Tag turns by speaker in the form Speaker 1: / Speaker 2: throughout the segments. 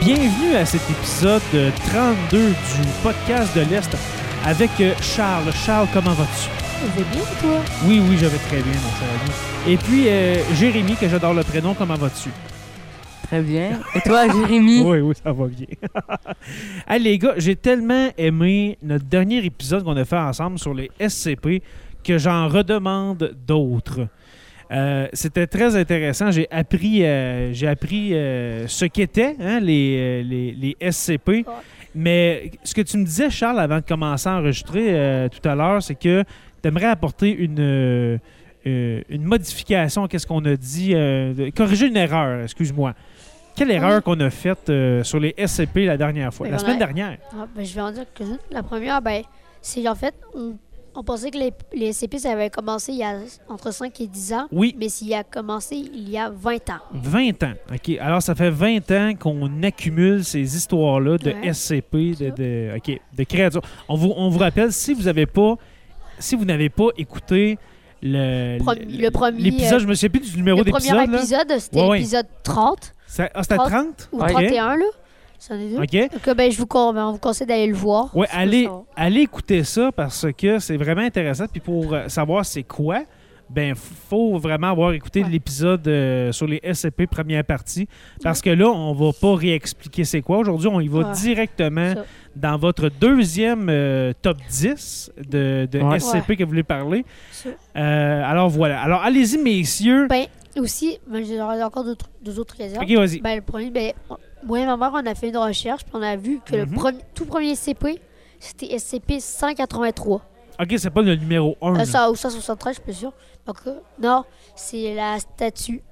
Speaker 1: Bienvenue à cet épisode euh, 32 du podcast de l'Est avec euh, Charles. Charles, comment vas-tu?
Speaker 2: C'est bien, toi?
Speaker 1: Oui, oui, je vais très bien, mon cher ami. Et puis, euh, Jérémy, que j'adore le prénom, comment vas-tu?
Speaker 2: Très bien. Et toi, Jérémy?
Speaker 1: Oui, oui, ça va bien. Allez, les gars, j'ai tellement aimé notre dernier épisode qu'on a fait ensemble sur les SCP que j'en redemande d'autres. Euh, C'était très intéressant. J'ai appris, euh, j'ai appris euh, ce qu'étaient hein, les, euh, les, les SCP. Mais ce que tu me disais, Charles, avant de commencer à enregistrer euh, tout à l'heure, c'est que tu aimerais apporter une, euh, euh, une modification à ce qu'on a dit, euh, de- corriger une erreur, excuse-moi. Quelle erreur qu'on a faite euh, sur les SCP la dernière fois,
Speaker 3: Mais
Speaker 1: la
Speaker 3: qu'on
Speaker 1: semaine
Speaker 3: a-
Speaker 1: dernière?
Speaker 3: Ah, ben, je vais en dire que la première, ben, c'est en fait, on, on pensait que les, les SCP, ça avait commencé il y a entre 5 et 10 ans,
Speaker 1: Oui,
Speaker 3: mais s'il a commencé il y a 20 ans.
Speaker 1: 20 ans. OK. Alors, ça fait 20 ans qu'on accumule ces histoires-là de
Speaker 3: Ouais.
Speaker 1: SCP, de, de- OK, de créatures. On vous, on vous rappelle, si vous avez pas, si vous n'avez pas écouté le,
Speaker 3: Premi- le premier,
Speaker 1: l'épisode,
Speaker 3: euh,
Speaker 1: je me souviens plus du numéro
Speaker 3: le premier
Speaker 1: d'épisode. là.
Speaker 3: épisode, c'était
Speaker 1: Ouais, ouais.
Speaker 3: l'épisode 30
Speaker 1: Ça- Ah, c'était
Speaker 3: 30,
Speaker 1: 30?
Speaker 3: ou
Speaker 1: OK.
Speaker 3: 31, là. C'est un des deux.
Speaker 1: OK.
Speaker 3: Donc, ben, je vous, con- ben, on vous conseille d'aller le voir.
Speaker 1: Ouais,
Speaker 3: Si vous
Speaker 1: allez,
Speaker 3: savez.
Speaker 1: allez écouter ça parce que c'est vraiment intéressant. Puis pour euh, savoir c'est quoi, ben f- faut vraiment avoir écouté
Speaker 3: Ouais.
Speaker 1: l'épisode euh, sur les SCP première partie parce que là on va pas réexpliquer c'est quoi. Aujourd'hui on y va
Speaker 3: Ouais.
Speaker 1: directement
Speaker 3: Ça.
Speaker 1: dans votre deuxième euh, top 10 de, de
Speaker 4: Ouais.
Speaker 1: SCP que vous voulez parler.
Speaker 3: Ça.
Speaker 1: Euh, alors voilà. Alors allez-y messieurs.
Speaker 3: Ben, aussi, ben, j'ai encore deux, trucs- deux autres réserves.
Speaker 1: ok vas-y.
Speaker 3: Ben, le premier, ben, on- moi et ma mère, on a fait une recherche, puis on a vu que
Speaker 1: Mhm.
Speaker 3: le premier, tout premier SCP, c'était SCP 183.
Speaker 1: Ok c'est pas le numéro 1.
Speaker 3: Euh, ça, ou 173, je suis plus sûr. Donc, euh, non, c'est la statue.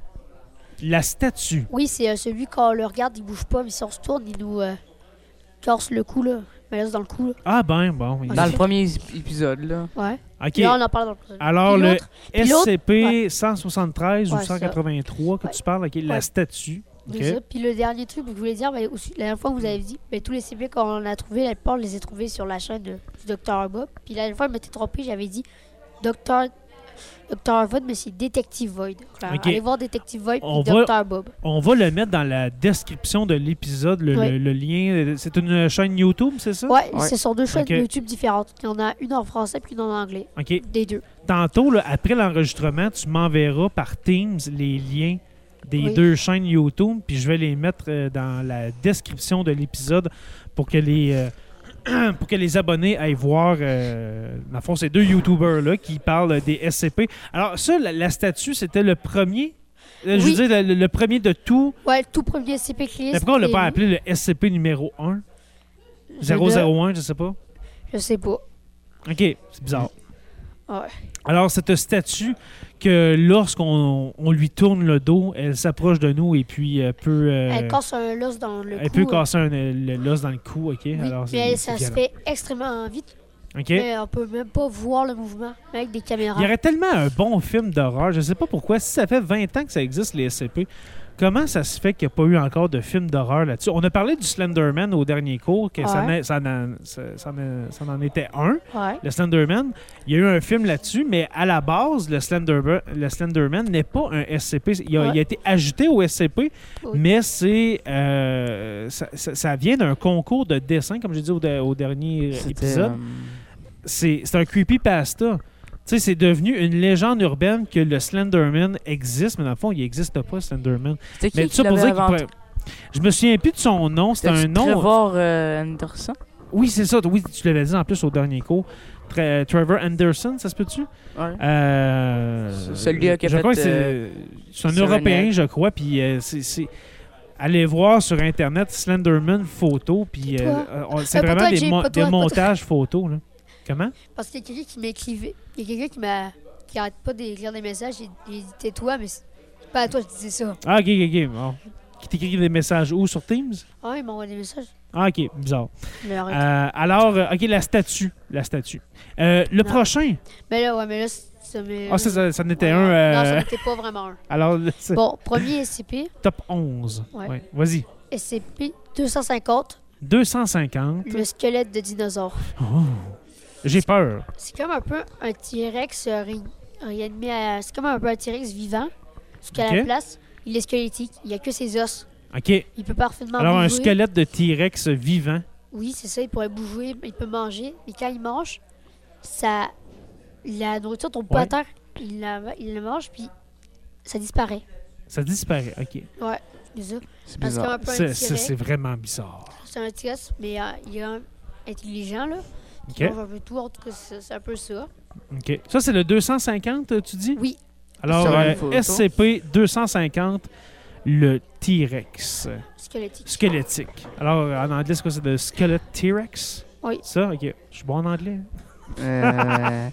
Speaker 1: La statue.
Speaker 3: Oui, c'est euh, celui, quand on le regarde, il bouge pas, mais si on se tourne, il nous euh, torse le cou, là. Il me laisse dans le cou, là.
Speaker 1: Ah ben bon. il-
Speaker 3: Dans
Speaker 2: Dans le premier ép- épisode, là.
Speaker 3: Ouais.
Speaker 1: Ok.
Speaker 3: Puis là, on en parle dans le prochain.
Speaker 1: Alors
Speaker 3: Puis
Speaker 1: le
Speaker 3: l'autre, Puis l'autre-
Speaker 1: SCP-173 ou
Speaker 3: Ouais, ça.
Speaker 1: 183 que
Speaker 3: Ouais.
Speaker 1: tu parles, ok, la
Speaker 3: Ouais.
Speaker 1: statue. ok.
Speaker 3: de ça. Puis le dernier truc que je voulais dire, ben, aussi, la dernière fois que vous avez dit, ben, tous les CP qu'on a trouvé, la plupart, on les a trouvés sur la chaîne de- du Dr. Bob. Puis la dernière fois, je m'étais trompé, j'avais dit Docteur Dr. Void, mais c'est Detective Void. Alors,
Speaker 1: Ok.
Speaker 3: Allez voir Detective Void,
Speaker 1: On
Speaker 3: puis
Speaker 1: va-
Speaker 3: Dr. Bob.
Speaker 1: On va le mettre dans la description de l'épisode, le,
Speaker 3: Ouais.
Speaker 1: le- le lien. C'est une chaîne YouTube, c'est ça?
Speaker 3: Ouais,
Speaker 2: Ouais.
Speaker 3: ce sont deux chaînes
Speaker 1: Ok.
Speaker 3: YouTube différentes. Il y en a une en français puis une en anglais.
Speaker 1: OK.
Speaker 3: Des deux.
Speaker 1: Tantôt, là, après l'enregistrement, tu m'enverras par Teams les liens des
Speaker 3: Oui.
Speaker 1: deux chaînes YouTube, puis je vais les mettre euh, dans la description de l'épisode pour que les. euh, pour que les abonnés aillent voir, euh, dans le fond, ces deux YouTubers-là qui parlent des SCP. Alors, ça, la, la statue, c'était le premier, euh, je
Speaker 3: Oui.
Speaker 1: veux dire, le, le premier de tout.
Speaker 3: Ouais, le tout premier SCP clé.
Speaker 1: Mais pourquoi on l'a pas appelé le SCP numéro 1, 001, je sais pas?
Speaker 3: Je sais pas.
Speaker 1: OK, c'est bizarre.
Speaker 3: Ouais.
Speaker 1: Alors, cette statue que lorsqu'on on lui tourne le dos, elle s'approche de nous et puis euh, peut, euh,
Speaker 3: Elle casse un los dans le
Speaker 1: elle
Speaker 3: cou.
Speaker 1: peut
Speaker 3: euh,
Speaker 1: casser un, euh, le- l'os dans le cou, OK?
Speaker 3: oui,
Speaker 1: Alors, c'est-
Speaker 3: mais ça
Speaker 1: c'est
Speaker 3: se
Speaker 1: violent.
Speaker 3: fait extrêmement vite.
Speaker 1: OK?
Speaker 3: Mais on peut même pas voir le mouvement mais avec des caméras.
Speaker 1: Il y aurait tellement un bon film d'horreur, je sais pas pourquoi, si ça fait 20 ans que ça existe, les SCP, comment ça se fait qu'il n'y a pas eu encore de film d'horreur là-dessus? On a parlé du Slenderman au dernier cours, que ça,
Speaker 3: Ouais.
Speaker 1: en, ça en- ça- ça en- ça en était un.
Speaker 3: Ouais.
Speaker 1: le Slenderman. Il y a eu un film là-dessus, mais à la base, le, Slenderba- le Slenderman n'est pas un SCP. Il a,
Speaker 3: Ouais.
Speaker 1: il a été ajouté au SCP,
Speaker 3: Oui.
Speaker 1: mais c'est euh, ça, ça- ça vient d'un concours de dessin, comme j'ai dit au, de- au dernier
Speaker 2: C'était.
Speaker 1: épisode.
Speaker 2: euh,
Speaker 1: C'est c'est un creepypasta. Tu sais, c'est devenu une légende urbaine que le Slenderman existe, mais dans le fond, il n'existe pas, Slenderman.
Speaker 2: C'était qui
Speaker 1: Mais
Speaker 2: qui
Speaker 1: ça pour
Speaker 2: l'avait
Speaker 1: dire qu'il
Speaker 2: inventé?
Speaker 1: pourrait- Je me souviens plus de son nom. C'est un
Speaker 2: C'était-tu
Speaker 1: nom. hein?
Speaker 2: Trevor euh, Anderson.
Speaker 1: Oui, c'est ça. Oui, tu l'avais dit en plus au dernier cours. Tra- Trevor Anderson, ça se peut-tu?
Speaker 2: Ouais.
Speaker 1: Euh,
Speaker 2: C- celui qui a
Speaker 1: je
Speaker 2: fait,
Speaker 1: crois que c'est
Speaker 2: euh,
Speaker 1: c'est un
Speaker 2: Serenade.
Speaker 1: Européen, je crois. Puis euh, c'est- c'est- allez voir sur internet Slenderman photo. Puis euh,
Speaker 3: Toi.
Speaker 1: euh, on- c'est
Speaker 3: Euh, pas
Speaker 1: vraiment
Speaker 3: toi,
Speaker 1: des,
Speaker 3: Jay,
Speaker 1: mo-
Speaker 3: pas toi,
Speaker 1: des
Speaker 3: pas toi.
Speaker 1: montages photos. là. Comment
Speaker 3: Parce qu'il y a quelqu'un qui m'écrivait. Il y a quelqu'un qui m'a. qui arrête pas d'écrire des messages. Il il dit T'es toi, mais c'est pas à toi, je disais ça.
Speaker 1: Ah ok ok ok. Bon. Qui t'écrit des messages où sur Teams
Speaker 3: Ah, il m'envoie des messages.
Speaker 1: Ah ok bizarre.
Speaker 3: Mais arrête.
Speaker 1: Euh, alors euh, ok la statue la statue. Euh, le
Speaker 3: Non.
Speaker 1: prochain.
Speaker 3: Mais là, ouais, mais là, c'est- ça m'est.
Speaker 1: Ah ça ça, ça en était
Speaker 3: Ouais,
Speaker 1: un. euh,
Speaker 3: Non, ça n'était pas vraiment un.
Speaker 1: alors le- c'est
Speaker 3: Bon, premier SCP,
Speaker 1: top 11.
Speaker 3: Ouais.
Speaker 1: Ouais. Vas-y.
Speaker 3: SCP 250,
Speaker 1: 250.
Speaker 3: le squelette de dinosaure.
Speaker 1: Oh. J'ai peur.
Speaker 3: C'est comme un peu un T-Rex euh, ré- euh, réanimé à- C'est comme un peu un T-Rex vivant. Sauf qu'à
Speaker 1: Ok.
Speaker 3: la place, il est squelettique. Il n'y a que ses os.
Speaker 1: OK.
Speaker 3: Il peut parfaitement
Speaker 1: Alors, un
Speaker 3: bouger.
Speaker 1: squelette de T-Rex vivant.
Speaker 3: Oui, c'est ça, il pourrait bouger, il peut manger, mais quand il mange, ça, la nourriture tombe pas à
Speaker 1: Ouais.
Speaker 3: terre, il la, il la mange, puis ça disparaît.
Speaker 1: Ça disparaît. OK.
Speaker 3: C'est ça.
Speaker 2: C'est
Speaker 3: Parce comme
Speaker 2: bizarre.
Speaker 3: un peu un
Speaker 1: Ça, ça, c'est
Speaker 3: T-Rex,
Speaker 1: vraiment bizarre.
Speaker 3: c'est un T-Rex, mais euh, il est un- intelligent, là.
Speaker 1: OK.
Speaker 3: Il mange un peu tout, en tout cas, c'est c'est un peu ça.
Speaker 1: OK. Ça, c'est le 250, euh, tu dis?
Speaker 3: Oui.
Speaker 1: Alors,
Speaker 2: Sur une
Speaker 1: euh,
Speaker 2: photo.
Speaker 1: SCP-250, le T-Rex euh,
Speaker 3: Squelettique.
Speaker 1: squelettique. Alors, euh, en anglais, c'est quoi? C'est le squelette T-Rex?
Speaker 3: Oui.
Speaker 1: Ça? OK. Je suis bon en anglais.
Speaker 2: Euh...
Speaker 3: Ben,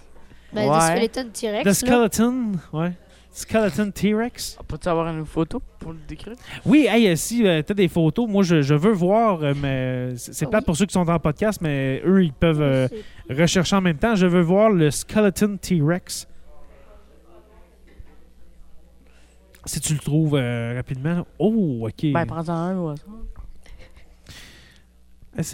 Speaker 3: des
Speaker 2: ouais.
Speaker 3: squelettes de
Speaker 1: The
Speaker 3: T-Rex. là.
Speaker 1: skeleton, ouais. Skeleton T-Rex.
Speaker 2: Peux-tu avoir une photo pour le décrire?
Speaker 1: Oui, hey, euh, si tu as des photos, moi, je, je veux voir, euh, mais c'est c'est
Speaker 3: Ah
Speaker 1: plate
Speaker 3: oui.
Speaker 1: pour ceux qui sont en podcast, mais eux, ils peuvent euh, rechercher en même temps. Je veux voir le Skeleton T-Rex. Si tu le trouves euh, rapidement. là. Oh, OK.
Speaker 2: Ben, prends-en un au hasard.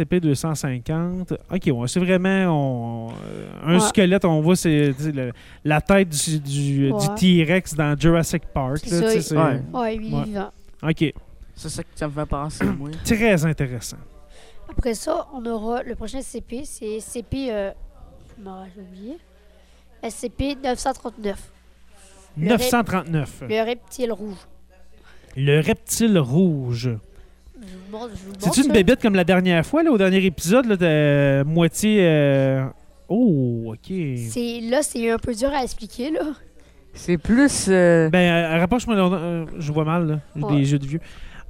Speaker 1: SCP-250. OK, ouais, c'est vraiment on- euh, un
Speaker 3: Ouais.
Speaker 1: squelette. On voit c'est, tu sais, le- la tête du, du- du
Speaker 3: Ouais.
Speaker 1: T-Rex dans Jurassic Park.
Speaker 3: C'est
Speaker 1: là, tu sais,
Speaker 3: ça,
Speaker 1: c'est-
Speaker 2: Ouais.
Speaker 3: Ouais, oui,
Speaker 1: Ouais.
Speaker 3: vivant.
Speaker 1: OK,
Speaker 2: C'est ça que ça me fait penser, moi.
Speaker 1: très intéressant.
Speaker 3: Après ça, on aura le prochain SCP, c'est SCP. Euh... bon, j'ai oublié. SCP-939, Le rep-
Speaker 1: 939.
Speaker 3: le reptile rouge.
Speaker 1: Le reptile rouge.
Speaker 3: Je vous montre, je vous montre.
Speaker 1: C'est une
Speaker 3: ça.
Speaker 1: bébête comme la dernière fois, là, au dernier épisode, là, de euh, moitié. euh, Oh, OK.
Speaker 3: C'est- Là, c'est un peu dur à expliquer, là.
Speaker 2: C'est plus... euh,
Speaker 1: Ben, euh, rapproche-moi, là, euh, je vois mal, là. J'ai
Speaker 3: Ouais.
Speaker 1: des yeux de vieux.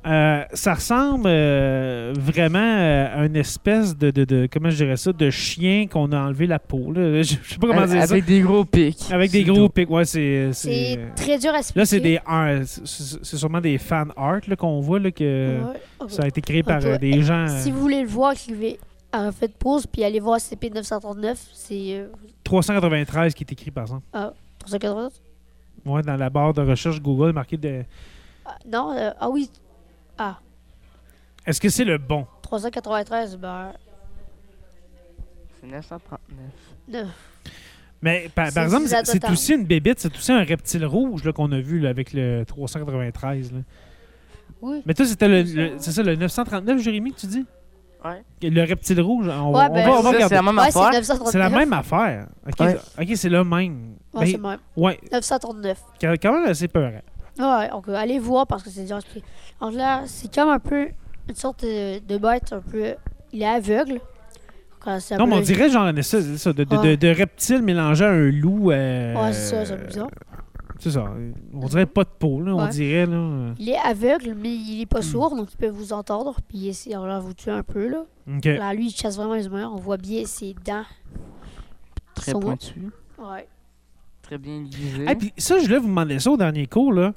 Speaker 1: Euh, ça ressemble euh, vraiment euh, à une espèce de, de- de- comment je dirais ça, de chien qu'on a enlevé la peau. Là. Je, je sais pas
Speaker 3: Euh,
Speaker 1: comment dire
Speaker 2: avec
Speaker 1: ça.
Speaker 2: des gros pics.
Speaker 1: Avec des
Speaker 2: C'est
Speaker 1: gros
Speaker 2: tout.
Speaker 1: pics, ouais, c'est. c'est- euh,
Speaker 3: C'est très dur à expliquer.
Speaker 1: Là, c'est des euh, c'est- c'est sûrement des fan art là, qu'on voit là, que
Speaker 3: Ouais.
Speaker 1: euh, ça a été créé par
Speaker 3: Ok.
Speaker 1: euh, des gens.
Speaker 3: Si
Speaker 1: euh,
Speaker 3: vous voulez le voir, écrivez. euh, faites pause, puis allez voir SCP-939. C'est. Euh,
Speaker 1: 393 qui est écrit par exemple.
Speaker 3: 390?
Speaker 1: Ouais, dans la barre de recherche Google marqué de.
Speaker 3: Ah, non, euh, ah oui. Ah,
Speaker 1: Est-ce que c'est le bon?
Speaker 3: 393, ben.
Speaker 2: C'est 939.
Speaker 3: euh,
Speaker 1: Mais par,
Speaker 3: C'est
Speaker 1: par exemple,
Speaker 3: sous la
Speaker 1: c'est- c'est
Speaker 3: totale.
Speaker 1: aussi une bébite, c'est aussi un reptile rouge là, qu'on a vu là, avec le 393. là.
Speaker 3: oui.
Speaker 1: Mais toi, c'était le, le- c'est ça, le 939, Jérémy, que tu dis?
Speaker 2: Ouais.
Speaker 1: Le reptile rouge, on,
Speaker 3: Ouais,
Speaker 1: on
Speaker 3: ben,
Speaker 1: va, on va
Speaker 2: Ça, c'est
Speaker 1: regarder.
Speaker 2: la même
Speaker 3: ouais, c'est
Speaker 2: affaire.
Speaker 3: 939.
Speaker 1: C'est la même affaire. OK,
Speaker 2: Ouais.
Speaker 1: OK, c'est le même.
Speaker 3: Ouais,
Speaker 1: Ben,
Speaker 3: c'est le même.
Speaker 1: ouais,
Speaker 3: 939.
Speaker 1: quand quand même assez peur.
Speaker 3: Ouais, donc euh, allez voir parce que c'est dur à expliquer. En là, c'est comme un peu une sorte de, de bête un peu. Il est aveugle. Quand c'est un
Speaker 1: Non,
Speaker 3: peu
Speaker 1: mais on
Speaker 3: le-
Speaker 1: dirait genre ça, c'est ça, de, de, de-
Speaker 3: Ouais.
Speaker 1: de reptile mélangé à un loup. euh,
Speaker 3: Ouais, c'est ça, c'est bizarre.
Speaker 1: C'est ça. On dirait pas de peau, là, on
Speaker 3: Ouais.
Speaker 1: dirait. Là, euh,
Speaker 3: Il est aveugle, mais il est pas sourd, donc il peut vous entendre. Puis il essaie alors là, vous tuer un peu, là.
Speaker 1: OK.
Speaker 3: Là, lui, il chasse vraiment les humains. On voit bien ses dents.
Speaker 2: Très
Speaker 3: Son-
Speaker 2: pointu.
Speaker 3: Ouais.
Speaker 2: Très bien aiguisé.
Speaker 1: Ah, puis ça, je voulais vous demander ça au dernier cours. Là.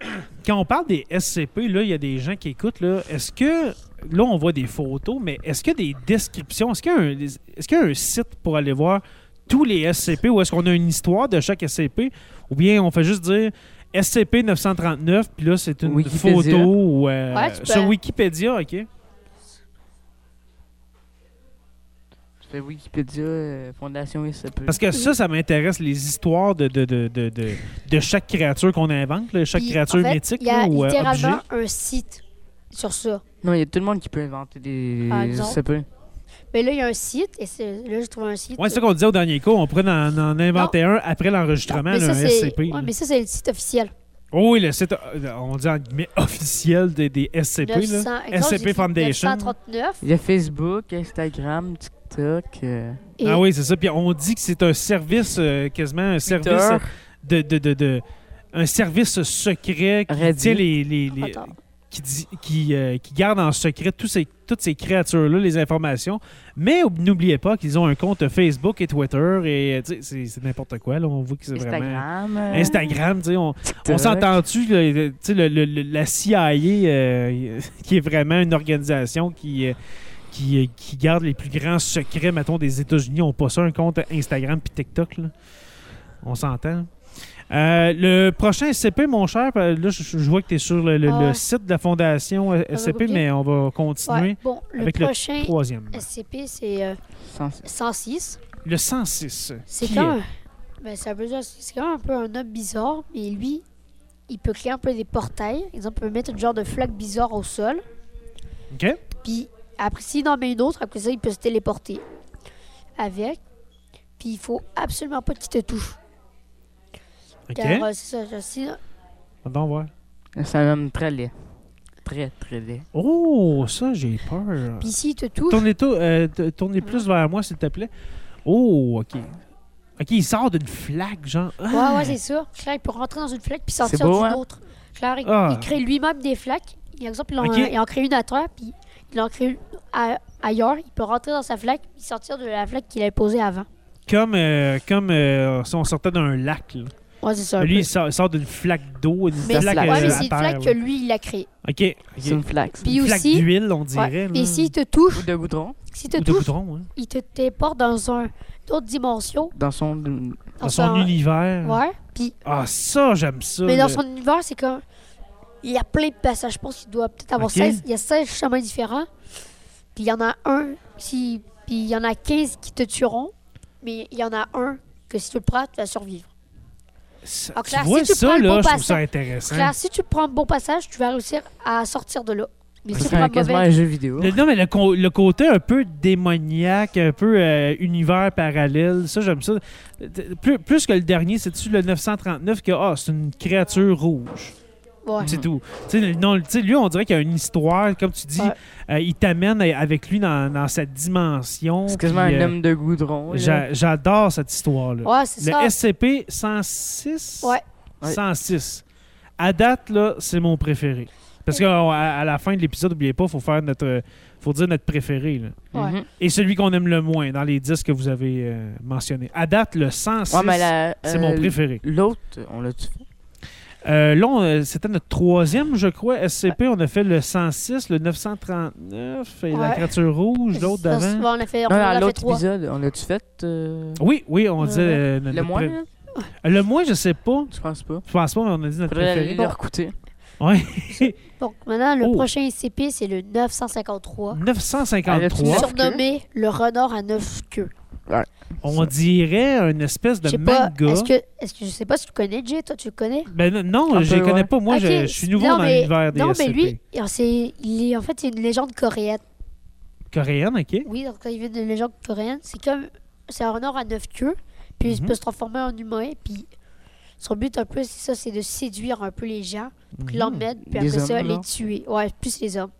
Speaker 1: Quand on parle des SCP, là, il y a des gens qui écoutent. Là. Est-ce que. Là, on voit des photos, mais est-ce qu'il y a des descriptions? Est-ce qu'il y a un, est-ce qu'il y a un site pour aller voir tous les SCP ou est-ce qu'on a une histoire de chaque SCP? Ou bien on fait juste dire SCP-939, puis là, c'est une
Speaker 2: Wikipédia.
Speaker 1: photo ou, euh,
Speaker 3: Ouais, tu peux-
Speaker 1: sur Wikipédia, OK?
Speaker 2: Tu fais Wikipédia, euh, Fondation SCP.
Speaker 1: Parce que ça, ça m'intéresse, les histoires de, de, de, de, de, de chaque créature qu'on invente, là, chaque
Speaker 3: Puis,
Speaker 1: créature
Speaker 3: en fait,
Speaker 1: mythique
Speaker 3: Il y a
Speaker 1: là, ou euh, objet.
Speaker 3: littéralement un site sur ça.
Speaker 2: Non, il y a tout le monde qui peut inventer des
Speaker 3: Ah, disons.
Speaker 2: SCP.
Speaker 3: Mais là, il y a un site, et c'est- là, j'ai trouvé un site.
Speaker 1: Ouais, c'est ça qu'on disait au dernier cours. On pourrait en, en inventer un après
Speaker 3: Non,
Speaker 1: l'enregistrement,
Speaker 3: mais
Speaker 1: là,
Speaker 3: ça,
Speaker 1: un
Speaker 3: c'est-
Speaker 1: SCP. là.
Speaker 3: Ouais, mais ça, c'est le site officiel.
Speaker 1: Oh oui, le site, euh, on dit en guillemets, officiel des, des SCP. là.
Speaker 3: 900 exemple,
Speaker 1: SCP
Speaker 3: j'ai écrit
Speaker 1: Foundation.
Speaker 3: 939.
Speaker 2: Il y a Facebook, Instagram, TikTok, euh,
Speaker 3: Et
Speaker 1: Ah oui, c'est ça. Puis on dit que c'est un service, euh, quasiment un service
Speaker 2: Twitter.
Speaker 1: de, de, de, de- un service secret qui
Speaker 2: Reddit.
Speaker 1: tient les, les- les-
Speaker 3: Attends.
Speaker 1: qui, dit- qui, euh, qui garde en secret tous ces, toutes ces créatures-là, les informations. Mais ob- n'oubliez pas qu'ils ont un compte Facebook et Twitter et euh, tu sais, c'est c'est n'importe quoi. Là. On voit que c'est vraiment.
Speaker 2: Instagram, euh,
Speaker 1: Instagram, tu sais, on, On
Speaker 2: TikTok.
Speaker 1: s'entend-tu, là, le- tu sais, le- le- le- la CIA, euh, qui est vraiment une organisation qui, euh, qui, euh, qui garde les plus grands secrets, mettons, des États-Unis, ont pas ça, un compte Instagram puis TikTok. là. On s'entend. Euh, le prochain SCP, mon cher, euh, là, je, je vois que tu es sur le, le-
Speaker 3: Ah
Speaker 1: le
Speaker 3: ouais.
Speaker 1: site de la Fondation euh,
Speaker 3: va
Speaker 1: SCP,
Speaker 3: goûter.
Speaker 1: mais on va
Speaker 3: Ouais,
Speaker 1: continuer.
Speaker 3: Bon, le
Speaker 1: avec le
Speaker 3: prochain
Speaker 1: Troisième.
Speaker 3: SCP, c'est euh,
Speaker 2: Sans-
Speaker 3: 106.
Speaker 1: Le 106.
Speaker 3: C'est
Speaker 1: qui
Speaker 3: quand
Speaker 1: est-
Speaker 3: même... Ben, c'est un peu- c'est quand même un peu un homme bizarre, mais lui, il peut créer un peu des portails. Exemple, on peut mettre une genre de flaque bizarre au sol.
Speaker 1: OK?
Speaker 3: Puis après, s'il en met une autre, après ça, il peut se téléporter avec. Puis il faut absolument pas qu'il te touche. Car
Speaker 1: OK?
Speaker 3: euh, c'est ça, je- si-
Speaker 1: Attends, voir.
Speaker 2: C'est un homme très laid. Très, très laid.
Speaker 1: Oh, ça, j'ai peur.
Speaker 3: Puis s'il te touche,
Speaker 1: Tournez, to- euh, t- tournez plus vers moi, s'il te plaît. Oh, OK. OK, il sort d'une flaque, genre. Ah!
Speaker 3: ouais, ouais, c'est ça. Claire, il peut rentrer dans une flaque puis sortir
Speaker 2: C'est beau,
Speaker 3: d'une
Speaker 2: hein?
Speaker 3: autre. Claire, il,
Speaker 1: Ah.
Speaker 3: il crée lui-même des flaques. Il, exemple, il en,
Speaker 1: Ok.
Speaker 3: il en crée une à terre, puis il en crée une a- ailleurs. Il peut rentrer dans sa flaque puis sortir de la flaque qu'il avait posée avant.
Speaker 1: Comme, euh, comme euh, si on sortait d'un lac. là.
Speaker 3: Ouais, c'est ça. un
Speaker 1: Mais lui,
Speaker 3: peu.
Speaker 1: il sort, il sort d'une flaque d'eau, une
Speaker 3: Mais-
Speaker 1: flaque
Speaker 2: c'est-
Speaker 1: euh,
Speaker 3: ouais, mais
Speaker 1: à
Speaker 3: c'est une
Speaker 1: terre,
Speaker 3: flaque que
Speaker 1: ouais.
Speaker 3: lui, il a créée.
Speaker 1: OK.
Speaker 2: C'est
Speaker 1: ok.
Speaker 2: une flaque. ça.
Speaker 3: Puis
Speaker 1: Une flaque
Speaker 3: aussi-
Speaker 1: d'huile, on
Speaker 3: Ouais.
Speaker 1: dirait. là.
Speaker 3: Et s'il te touche,
Speaker 2: Ou de goudron.
Speaker 3: s'il te
Speaker 1: Hum. Ou de
Speaker 3: touche,
Speaker 1: goudron, hein.
Speaker 3: il te téléporte dans un autre dimension.
Speaker 2: Dans son.
Speaker 1: Dans son univers.
Speaker 3: Ouais. Puis,
Speaker 1: Ah, ça, j'aime ça.
Speaker 3: mais
Speaker 1: là.
Speaker 3: dans son univers, c'est comme. Il y a plein de passages. Je pense qu'il doit peut-être avoir
Speaker 1: Ok.
Speaker 3: 16. Il y a 16 chemins différents. Puis il y en a un. Si, puis il y en a 15 qui te tueront. Mais il y en a un que si tu le prends, tu vas survivre.
Speaker 1: Ça-
Speaker 3: Ah,
Speaker 1: tu
Speaker 3: Claire, si
Speaker 1: vois
Speaker 3: tu
Speaker 1: ça,
Speaker 3: prends le
Speaker 1: là,
Speaker 3: bon
Speaker 1: je trouve ça
Speaker 3: passage-
Speaker 1: intéressant.
Speaker 3: Claire, si tu prends le bon passage, tu vas réussir à sortir de là. Mais si
Speaker 2: C'est
Speaker 3: tu prends le
Speaker 2: quasiment
Speaker 3: mauvais.
Speaker 2: un jeu vidéo.
Speaker 1: Le, non, mais le, co- le côté un peu démoniaque, un peu euh, univers parallèle, ça, j'aime ça. Euh, Plus, plus que le dernier, c'est-tu le 939 que, ah, c'est une créature rouge.
Speaker 3: Ouais.
Speaker 1: C'est tout. Tu sais, non, tu sais, lui, on dirait qu'il y a une histoire, comme tu dis, euh, il t'amène a- avec lui dans, dans sa dimension.
Speaker 2: C'est quasiment
Speaker 1: puis,
Speaker 2: un
Speaker 1: euh,
Speaker 2: homme de goudron. là.
Speaker 1: j'a- J'adore cette histoire-là.
Speaker 3: Ouais, c'est ça.
Speaker 1: le SCP-106.
Speaker 3: Ouais.
Speaker 2: Ouais.
Speaker 1: 106. À date, là, c'est mon préféré. Parce qu'à à la fin de l'épisode, n'oubliez pas, faut faire notre, faut dire notre préféré. là.
Speaker 3: Ouais.
Speaker 2: Mhm.
Speaker 1: Et celui qu'on aime le moins dans les 10 que vous avez euh, mentionnés. À date, le 106,
Speaker 2: Ouais, mais la-
Speaker 1: c'est
Speaker 2: euh,
Speaker 1: mon préféré.
Speaker 2: L'autre, on l'a-tu fait?
Speaker 1: Euh, là, on, euh, c'était notre troisième, je crois, SCP. On a fait le 106, le 939, et la
Speaker 3: Ouais.
Speaker 1: créature rouge, l'autre
Speaker 3: Ça,
Speaker 1: d'avant.
Speaker 3: on a fait, on
Speaker 2: Non,
Speaker 3: en a
Speaker 2: dans
Speaker 3: fait
Speaker 2: l'autre
Speaker 3: trois.
Speaker 2: épisode, on l'a-tu fait? euh,
Speaker 1: Oui, oui, on disait... euh, notre
Speaker 2: Le hein? mois,
Speaker 1: pré- Euh,
Speaker 2: là?
Speaker 1: Le moins, je sais pas.
Speaker 2: Je pense pas.
Speaker 1: Je pense pas, mais on a dit notre
Speaker 2: Faudrait aller
Speaker 1: préféré.
Speaker 2: le recouter.
Speaker 1: Ouais.
Speaker 3: Donc maintenant, le
Speaker 1: Oh.
Speaker 3: prochain CP, c'est le 953.
Speaker 2: Neuf
Speaker 1: 953.
Speaker 3: Ah, Surnommé le renard à neuf queues.
Speaker 1: On dirait une espèce
Speaker 3: Je
Speaker 1: de
Speaker 3: sais pas,
Speaker 1: manga.
Speaker 3: est-ce que, est-ce que je sais pas si tu le connais, Jay, toi tu le connais?
Speaker 1: Ben n- non,
Speaker 2: Un
Speaker 1: je
Speaker 2: peu,
Speaker 1: les connais
Speaker 2: ouais.
Speaker 1: pas. Moi, je-
Speaker 3: Ok,
Speaker 1: je, suis nouveau
Speaker 3: non,
Speaker 1: dans
Speaker 3: mais-
Speaker 1: l'univers des
Speaker 3: Non, mais
Speaker 1: SCP.
Speaker 3: lui, alors, c'est, il est, en fait, c'est une légende coréenne.
Speaker 1: Coréenne, ok.
Speaker 3: Oui, donc quand il vient d'une légende coréenne, c'est comme, c'est un renard à neuf queues, puis il
Speaker 1: Mhm.
Speaker 3: peut se transformer en humain, puis son but un peu, c'est ça, c'est de séduire un peu les gens,
Speaker 1: Mhm.
Speaker 3: l'emmène, puis
Speaker 2: Les
Speaker 3: après ça,
Speaker 2: hommes,
Speaker 3: les
Speaker 2: là.
Speaker 3: tuer. Ouais, plus les hommes.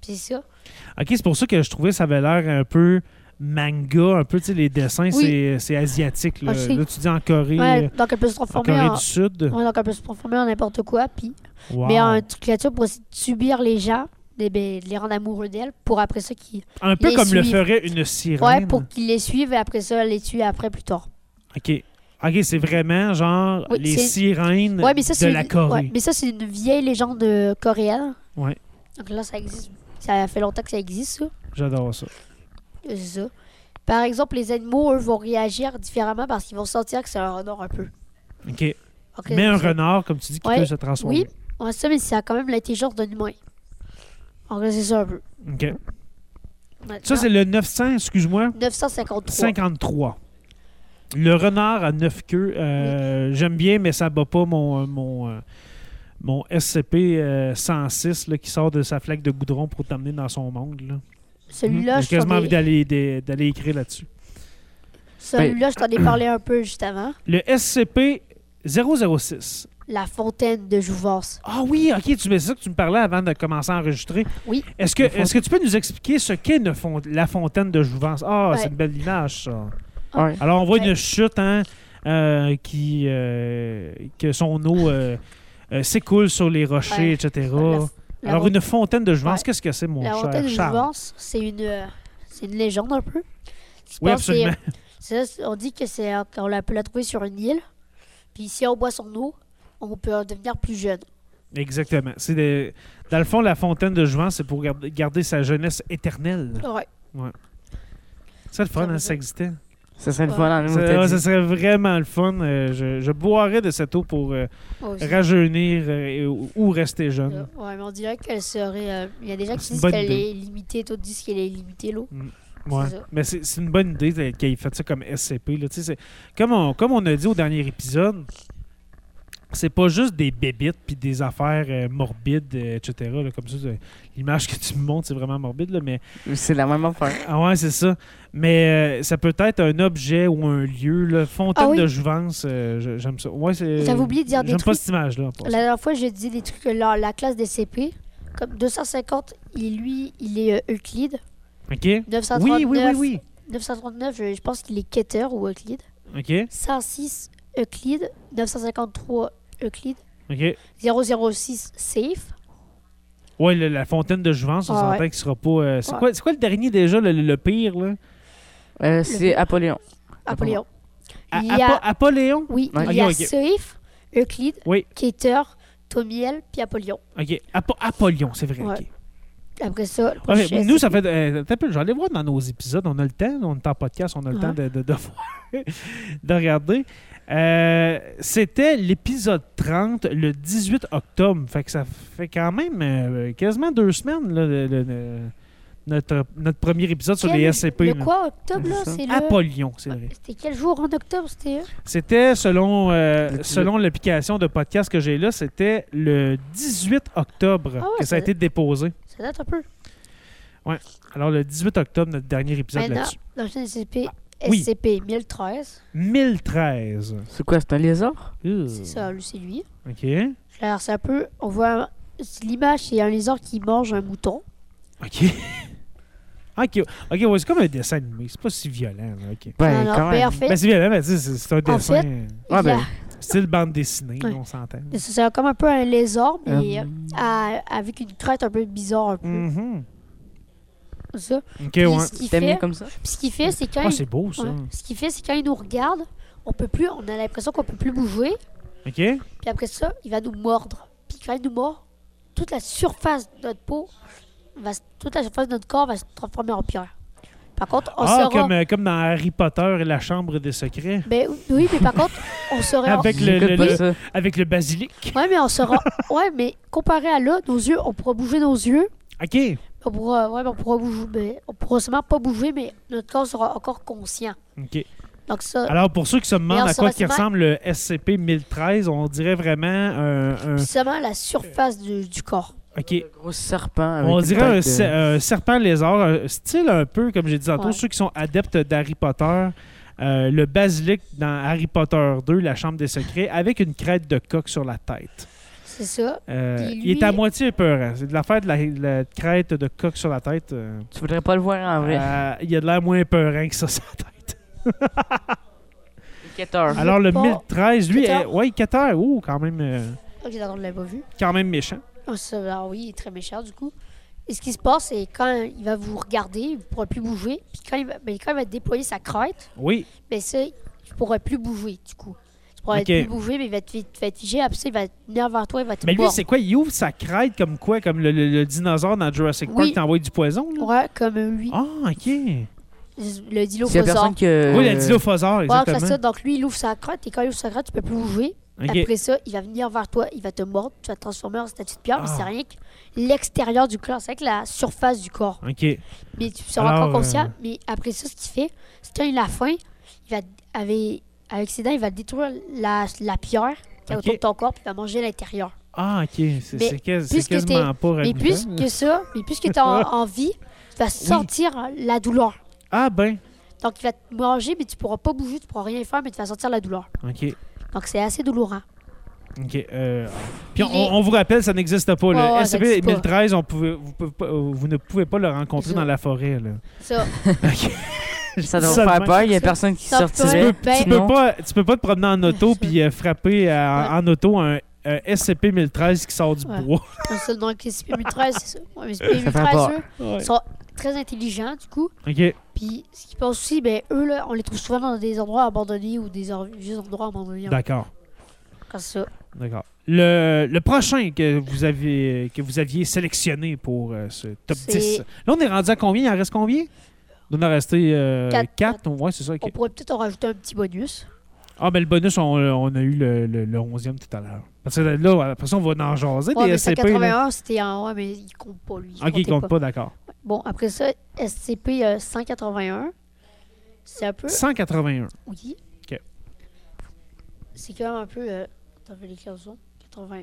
Speaker 3: Puis c'est ça.
Speaker 1: Mm. Ok, c'est pour ça que je trouvais ça avait l'air un peu manga, un peu, tu sais, les dessins,
Speaker 3: Oui.
Speaker 1: c'est- c'est asiatique. Là.
Speaker 3: Ah, je sais.
Speaker 1: Là, tu dis en Corée,
Speaker 3: Ouais,
Speaker 1: euh,
Speaker 3: donc elle peut se
Speaker 1: en
Speaker 3: transformer
Speaker 1: Corée
Speaker 3: en...
Speaker 1: du Sud.
Speaker 3: ouais, donc elle peut se transformer en n'importe quoi, puis
Speaker 1: Wow.
Speaker 3: Mais en créature pour aussi subir les gens, de, ben, de les rendre amoureux d'elle, pour après ça qu'ils.
Speaker 1: un peu
Speaker 3: les
Speaker 1: comme le
Speaker 3: suivent.
Speaker 1: ferait une sirène.
Speaker 3: Ouais, pour qu'ils les suivent et après ça, les tuer après plus tard.
Speaker 1: Ok. Ok, c'est vraiment genre
Speaker 3: Oui,
Speaker 1: les
Speaker 3: c'est-
Speaker 1: sirènes
Speaker 3: Ouais, mais ça,
Speaker 1: de
Speaker 3: c'est.
Speaker 1: la
Speaker 3: une-
Speaker 1: Corée.
Speaker 3: ouais, mais ça, c'est une vieille légende euh, coréenne.
Speaker 1: Ouais.
Speaker 3: Donc là, ça existe. Ça fait longtemps que ça existe, ça. Euh,
Speaker 1: J'adore ça.
Speaker 3: C'est ça. Par exemple, les animaux, eux, vont réagir différemment parce qu'ils vont sentir que c'est un renard un peu.
Speaker 1: Ok.
Speaker 3: Ok,
Speaker 1: Mais un
Speaker 3: donc,
Speaker 1: renard, comme tu dis, qui
Speaker 3: Ouais.
Speaker 1: peut se transformer.
Speaker 3: Oui, ouais, ça, mais ça a quand même l'intelligence d'un humain. En vrai, c'est ça un peu.
Speaker 1: Ok.
Speaker 3: Ah.
Speaker 1: Ça, c'est le 900, excuse-moi,
Speaker 3: 953.
Speaker 1: 53. Le renard à neuf queues, euh, j'aime bien, mais ça bat pas mon, mon, euh, mon euh, SCP-106 qui sort de sa flaque de goudron pour t'amener dans son monde. là.
Speaker 3: Celui-là,
Speaker 1: J'ai
Speaker 3: je t'en
Speaker 1: quasiment
Speaker 3: ai-
Speaker 1: envie d'aller des- d'aller écrire là-dessus.
Speaker 3: celui-là, je t'en ai parlé un peu juste avant.
Speaker 1: Le SCP-006.
Speaker 3: La fontaine de Jouvence.
Speaker 1: Ah oui, ok, tu me c'est ça que tu me parlais avant de commencer à enregistrer.
Speaker 3: Oui.
Speaker 1: Est-ce que,
Speaker 2: Une fontaine.
Speaker 1: est que tu peux nous expliquer ce qu'est une fon- la fontaine de Jouvence? Ah,
Speaker 3: Ouais.
Speaker 1: c'est une belle image, ça.
Speaker 3: Ah.
Speaker 2: Ouais.
Speaker 1: Alors, on voit
Speaker 3: Ouais.
Speaker 1: une chute hein, euh, qui, euh, que son eau euh, euh, s'écoule sur les rochers,
Speaker 3: Ouais.
Speaker 1: etc.
Speaker 3: La
Speaker 1: Oh. Alors,
Speaker 3: fon-
Speaker 1: une fontaine de jouvence,
Speaker 3: Ouais.
Speaker 1: qu'est-ce que c'est, mon
Speaker 3: la
Speaker 1: cher
Speaker 3: fontaine de
Speaker 1: Charles?
Speaker 3: Jouvence, c'est une, euh, c'est une légende un peu. Je
Speaker 1: Oui,
Speaker 3: pense que c'est-
Speaker 1: absolument.
Speaker 3: c'est ça, on dit que c'est euh, qu'on la- peut la trouver sur une île. Puis si on boit son eau, on peut euh, devenir plus jeune.
Speaker 1: Exactement. C'est des- Dans le fond, la fontaine de jouvence, c'est pour gar- garder sa jeunesse éternelle.
Speaker 3: Ouais.
Speaker 1: Ça, le fun,
Speaker 3: Ça
Speaker 1: hein,
Speaker 3: me
Speaker 1: ça existait.
Speaker 2: Ça serait le
Speaker 3: Ouais.
Speaker 2: fun en
Speaker 1: Ça, ouais, ça serait vraiment le fun. Euh, je, je boirais de cette eau pour euh,
Speaker 3: Moi aussi.
Speaker 1: rajeunir euh, et- ou, ou rester
Speaker 3: Euh,
Speaker 1: jeune.
Speaker 3: ouais, mais on dirait qu'elle serait. euh, Il y a des gens qui
Speaker 1: C'est une
Speaker 3: disent
Speaker 1: bonne
Speaker 3: qu'elle
Speaker 1: idée.
Speaker 3: est limitée, d'autres disent qu'elle est limitée l'eau.
Speaker 1: Ouais.
Speaker 3: c'est ça.
Speaker 1: Mais c'est c'est une bonne idée de- qu'ils aient fait ça comme SCP. là. Tu sais, c'est- Comme, on, comme on a dit au dernier épisode, c'est pas juste des bébites puis des affaires euh, morbides, euh, etc. là, comme ça, euh, l'image que tu me montres, c'est vraiment morbide, là, mais
Speaker 2: C'est la même affaire.
Speaker 1: ah ouais, c'est ça. Mais euh, ça peut être un objet ou un lieu, là. fontaine
Speaker 3: Ah oui.
Speaker 1: de jouvence, euh, je- j'aime ça. Ouais, c'est.
Speaker 3: J'avais oublié de dire des
Speaker 1: J'aime pas
Speaker 3: trucs.
Speaker 1: cette image-là. en passant.
Speaker 3: La dernière fois, j'ai dit des trucs que la, la classe des CP, comme 250, il, lui, il est euh, Euclide.
Speaker 1: OK? Oui,
Speaker 3: 939,
Speaker 1: oui, oui, oui.
Speaker 3: 939 je, je pense qu'il est Keter ou Euclide.
Speaker 1: OK?
Speaker 3: 106, Euclide. 953, Euclide.
Speaker 1: OK.
Speaker 3: 006, Safe.
Speaker 1: Ouais, le- la fontaine de jouvence, on
Speaker 3: Ah ouais.
Speaker 1: s'entend qu'il sera pas. euh, c'est
Speaker 3: Ouais.
Speaker 1: quoi, c'est quoi le dernier déjà, le, le- le pire, là?
Speaker 2: Euh, c'est Apollyon.
Speaker 3: Napoléon.
Speaker 1: A-
Speaker 3: Il y a-
Speaker 1: Ah, Apo- Apollyon?
Speaker 3: Oui,
Speaker 2: Ouais.
Speaker 3: il y a
Speaker 1: Ok, ok.
Speaker 3: Safe, Euclide,
Speaker 1: Oui.
Speaker 3: Keter, Tomiel, puis Apollyon.
Speaker 1: OK. Apo- Apollyon, c'est vrai.
Speaker 3: Ouais.
Speaker 1: ok.
Speaker 3: Après ça, le
Speaker 1: Ouais, mais
Speaker 3: prochain,
Speaker 1: nous,
Speaker 3: c'est-
Speaker 1: ça fait. euh, attends un peu, je vais aller voir dans nos épisodes. On a le temps, on est en podcast, on a le
Speaker 3: Ouais.
Speaker 1: temps de, de, de voir, de regarder. Euh, C'était l'épisode 30, le 18 octobre. Fait que ça fait quand même euh, quasiment deux semaines, là, le- le- le- notre, notre premier épisode sur
Speaker 3: Quel-
Speaker 1: les SCP.
Speaker 3: Le
Speaker 1: là.
Speaker 3: quoi, octobre, là
Speaker 2: C'est ça.
Speaker 3: C'est le... Ah,
Speaker 1: Apollyon, c'est vrai.
Speaker 3: C'était quel jour en octobre, c'était... euh?
Speaker 1: C'était, selon euh,
Speaker 2: Le 18.
Speaker 1: selon l'application de podcast que j'ai là, c'était le 18 octobre
Speaker 3: Ah ouais,
Speaker 1: que ça a
Speaker 3: ça-
Speaker 1: été déposé.
Speaker 3: Ça date un peu.
Speaker 1: Alors, le 18 octobre, notre dernier épisode
Speaker 3: Maintenant,
Speaker 1: là-dessus.
Speaker 3: dans le chaîne SCP,
Speaker 1: Ah, oui.
Speaker 3: SCP 1013,
Speaker 1: 1013.
Speaker 2: C'est quoi, c'est un lézard?
Speaker 3: c'est ça, lui, c'est lui.
Speaker 1: OK.
Speaker 3: Alors, c'est un peu... On voit... un- L'image, c'est un lézard qui mange un mouton.
Speaker 1: OK. OK, OK, ouais, c'est comme un dessin animé. C'est pas si violent. là, OK.
Speaker 2: Ben,
Speaker 3: Alors,
Speaker 2: quand
Speaker 3: ben,
Speaker 2: même.
Speaker 3: en fait,
Speaker 1: Ben, c'est violent, mais tu sais, c'est c'est un dessin Ah,
Speaker 2: Ouais,
Speaker 3: il y a-
Speaker 2: ben,
Speaker 1: style bande dessinée,
Speaker 3: Ouais.
Speaker 1: on s'entend.
Speaker 3: c'est comme un peu un lézard, mais
Speaker 1: Hein?
Speaker 2: euh,
Speaker 3: euh, à- avec une crête un peu bizarre, un peu.
Speaker 1: Mhm.
Speaker 3: comme Ça.
Speaker 1: OK,
Speaker 3: Puis,
Speaker 1: ouais.
Speaker 3: ce qu'il
Speaker 2: t'aimes
Speaker 3: fait,
Speaker 2: mieux comme ça?
Speaker 3: puis ce qu'il fait, c'est quand
Speaker 1: Ah,
Speaker 3: il-
Speaker 1: c'est beau, ça.
Speaker 3: Ouais. Ce qu'il fait, c'est quand il nous regarde, on peut plus, on a l'impression qu'on peut plus bouger.
Speaker 1: OK?
Speaker 3: Puis après ça, il va nous mordre. Puis quand il nous mord, toute la surface de notre peau, va, se- toute la surface de notre corps va se transformer en pierre. Par contre, on
Speaker 1: ah,
Speaker 3: saura.
Speaker 1: comme, euh, comme dans Harry Potter et la Chambre des secrets.
Speaker 3: Mais oui, mais par contre, on saura.
Speaker 1: Avec le-
Speaker 2: J'écoute
Speaker 1: le-
Speaker 2: pas
Speaker 1: le-
Speaker 2: ça.
Speaker 1: Avec le basilic.
Speaker 3: Ouais, mais on saura. ouais, mais comparé à là, nos yeux, on pourra bouger nos yeux.
Speaker 1: OK.
Speaker 3: On pourra, ouais, mais on pourra bouger, mais on pourra seulement pas bouger, mais notre corps sera encore conscient.
Speaker 1: OK.
Speaker 3: Donc ça,
Speaker 1: Alors, pour ceux qui se demandent
Speaker 3: Euh. on
Speaker 1: à
Speaker 3: saura
Speaker 1: quoi qui
Speaker 3: sûrement-
Speaker 1: ressemble le SCP-1013, on dirait vraiment un... un-
Speaker 3: c'est seulement la surface du, du corps.
Speaker 1: OK.
Speaker 2: Le gros serpent. avec
Speaker 1: On
Speaker 2: une
Speaker 1: dirait
Speaker 2: tête
Speaker 1: un,
Speaker 2: de-
Speaker 1: se- un serpent lézard, un style un peu, comme j'ai dit tantôt,
Speaker 3: Ouais.
Speaker 1: ceux qui sont adeptes d'Harry Potter. euh, le basilic dans Harry Potter 2, La Chambre des Secrets, avec une crête de coq sur la tête.
Speaker 3: C'est ça.
Speaker 1: Euh,
Speaker 3: Puis
Speaker 1: il est
Speaker 3: lui-
Speaker 1: à moitié épeurant. C'est de l'affaire de la, la crête de coq sur la tête. euh,
Speaker 2: Tu voudrais pas le voir en vrai.
Speaker 1: euh, il a de l'air moins épeurant que ça sur la tête.
Speaker 2: Enquêteur.
Speaker 1: Alors le
Speaker 3: pas-
Speaker 1: 1013, lui,
Speaker 3: Cater.
Speaker 1: est, ouais, Cater, ouh, quand même, euh,
Speaker 3: Ok, d'accord, on l'a pas vu.
Speaker 1: quand même méchant.
Speaker 3: Ah, ça, alors oui, il est très méchant du coup. Et ce qui se passe, c'est quand il va vous regarder, vous ne pourrez plus bouger. Puis quand il va, ben, quand il va déployer sa crête,
Speaker 1: Oui,
Speaker 3: ben, ça, tu ne pourras plus bouger du coup. Tu pourras
Speaker 1: Ok.
Speaker 3: plus bouger, mais il va te, fi- va te figer. Après ça, il va venir vers toi, il va te
Speaker 1: mais lui,
Speaker 3: mordre.
Speaker 1: c'est quoi Il ouvre sa crête comme quoi, comme le, le- le dinosaure dans Jurassic Park
Speaker 3: Oui.
Speaker 1: qui t'envoie du poison. là?
Speaker 3: Ouais, comme lui,
Speaker 1: Ah, ok.
Speaker 3: le
Speaker 2: S'il y a
Speaker 3: dilophosaure.
Speaker 2: personne que.
Speaker 1: Oui, la dilophosaure,
Speaker 3: Ouais, c'est ça.
Speaker 1: exactement.
Speaker 3: Donc lui, il ouvre sa crête, et quand il ouvre sa crête, tu peux plus bouger.
Speaker 1: Ok.
Speaker 3: Après ça, il va venir vers toi, il va te mordre, tu vas te transformer en statue de pierre, mais
Speaker 1: Ah.
Speaker 3: c'est rien que l'extérieur du corps, c'est vrai que la surface du corps.
Speaker 1: OK.
Speaker 3: Mais tu seras
Speaker 1: Alors,
Speaker 3: encore conscient.
Speaker 1: euh,
Speaker 3: Mais après ça, ce qu'il fait, c'est quand il a faim, il va, avec, avec ses dents, il va détruire la, la pierre qui est
Speaker 1: Ok.
Speaker 3: autour de ton corps, puis il va manger l'intérieur.
Speaker 1: Ah, OK. C'est-
Speaker 3: Mais
Speaker 1: C'est quas- c'est
Speaker 3: puisque t'es-
Speaker 1: quasiment pas
Speaker 3: Mais
Speaker 1: réglé.
Speaker 3: plus que ça, mais plus que tu en, en vie, tu vas sentir la douleur.
Speaker 1: Ah, ben.
Speaker 3: Donc, il va te manger, mais tu pourras pas bouger, tu pourras rien faire, mais tu vas sentir la douleur.
Speaker 1: OK.
Speaker 3: Donc, c'est assez douloureux. hein.
Speaker 1: OK. euh, Puis
Speaker 3: Il
Speaker 1: on,
Speaker 3: est-
Speaker 1: on vous rappelle, ça n'existe pas.
Speaker 3: Ouais,
Speaker 1: Le
Speaker 3: ouais, ça existe pas.
Speaker 1: SCP-1013, on pouvait- vous, pouvez pas- euh, vous ne pouvez pas le rencontrer
Speaker 3: Ça.
Speaker 1: dans la forêt. Là.
Speaker 3: Ça,
Speaker 2: Ça doit
Speaker 1: Je dis ça de
Speaker 2: faire
Speaker 1: même.
Speaker 2: peur, il y a personne qui
Speaker 3: Ça
Speaker 2: sortirait.
Speaker 3: peut- ben-
Speaker 1: Tu, peux
Speaker 2: Non.
Speaker 1: pas, tu peux pas te promener en auto
Speaker 3: Ouais.
Speaker 1: puis euh, frapper à- en auto un, un SCP-1013 qui sort du
Speaker 3: Ouais.
Speaker 1: bois.
Speaker 3: comme ça, donc les CP-13, c'est ça. Ouais, les
Speaker 2: Ça fait peur.
Speaker 3: CP-13, eux,
Speaker 1: Ouais.
Speaker 3: sont très intelligents, du coup.
Speaker 1: OK.
Speaker 3: Puis, ce qu'ils pensent aussi, ben, eux, là, on les trouve souvent dans des endroits abandonnés ou des en- vieux endroits abandonnés.
Speaker 1: D'accord.
Speaker 3: Comme ça.
Speaker 1: D'accord. Le, le prochain que vous, avez, que vous aviez sélectionné pour euh, ce top
Speaker 3: C'est-
Speaker 1: 10. Là, on est rendu à combien? Il en reste combien? Il en a resté
Speaker 3: Quatre.
Speaker 1: 4. Ouais, c'est ça. ok.
Speaker 3: On pourrait peut-être en rajouter un petit bonus.
Speaker 1: Ah, mais le bonus, on, on a eu le, le, le 11e tout à l'heure. Parce que là, après ça, on va en jaser
Speaker 3: Ouais,
Speaker 1: des
Speaker 3: mais
Speaker 1: SCP. là.
Speaker 3: 181, c'était en. Ouais, mais il compte pas, lui.
Speaker 1: Ok, il
Speaker 3: comptait
Speaker 1: compte pas, d'accord.
Speaker 3: Bon, après ça, SCP euh, 181. C'est un peu.
Speaker 1: 181.
Speaker 3: Oui.
Speaker 1: Ok.
Speaker 3: C'est quand même un peu. euh, T'as fait les chansons 80.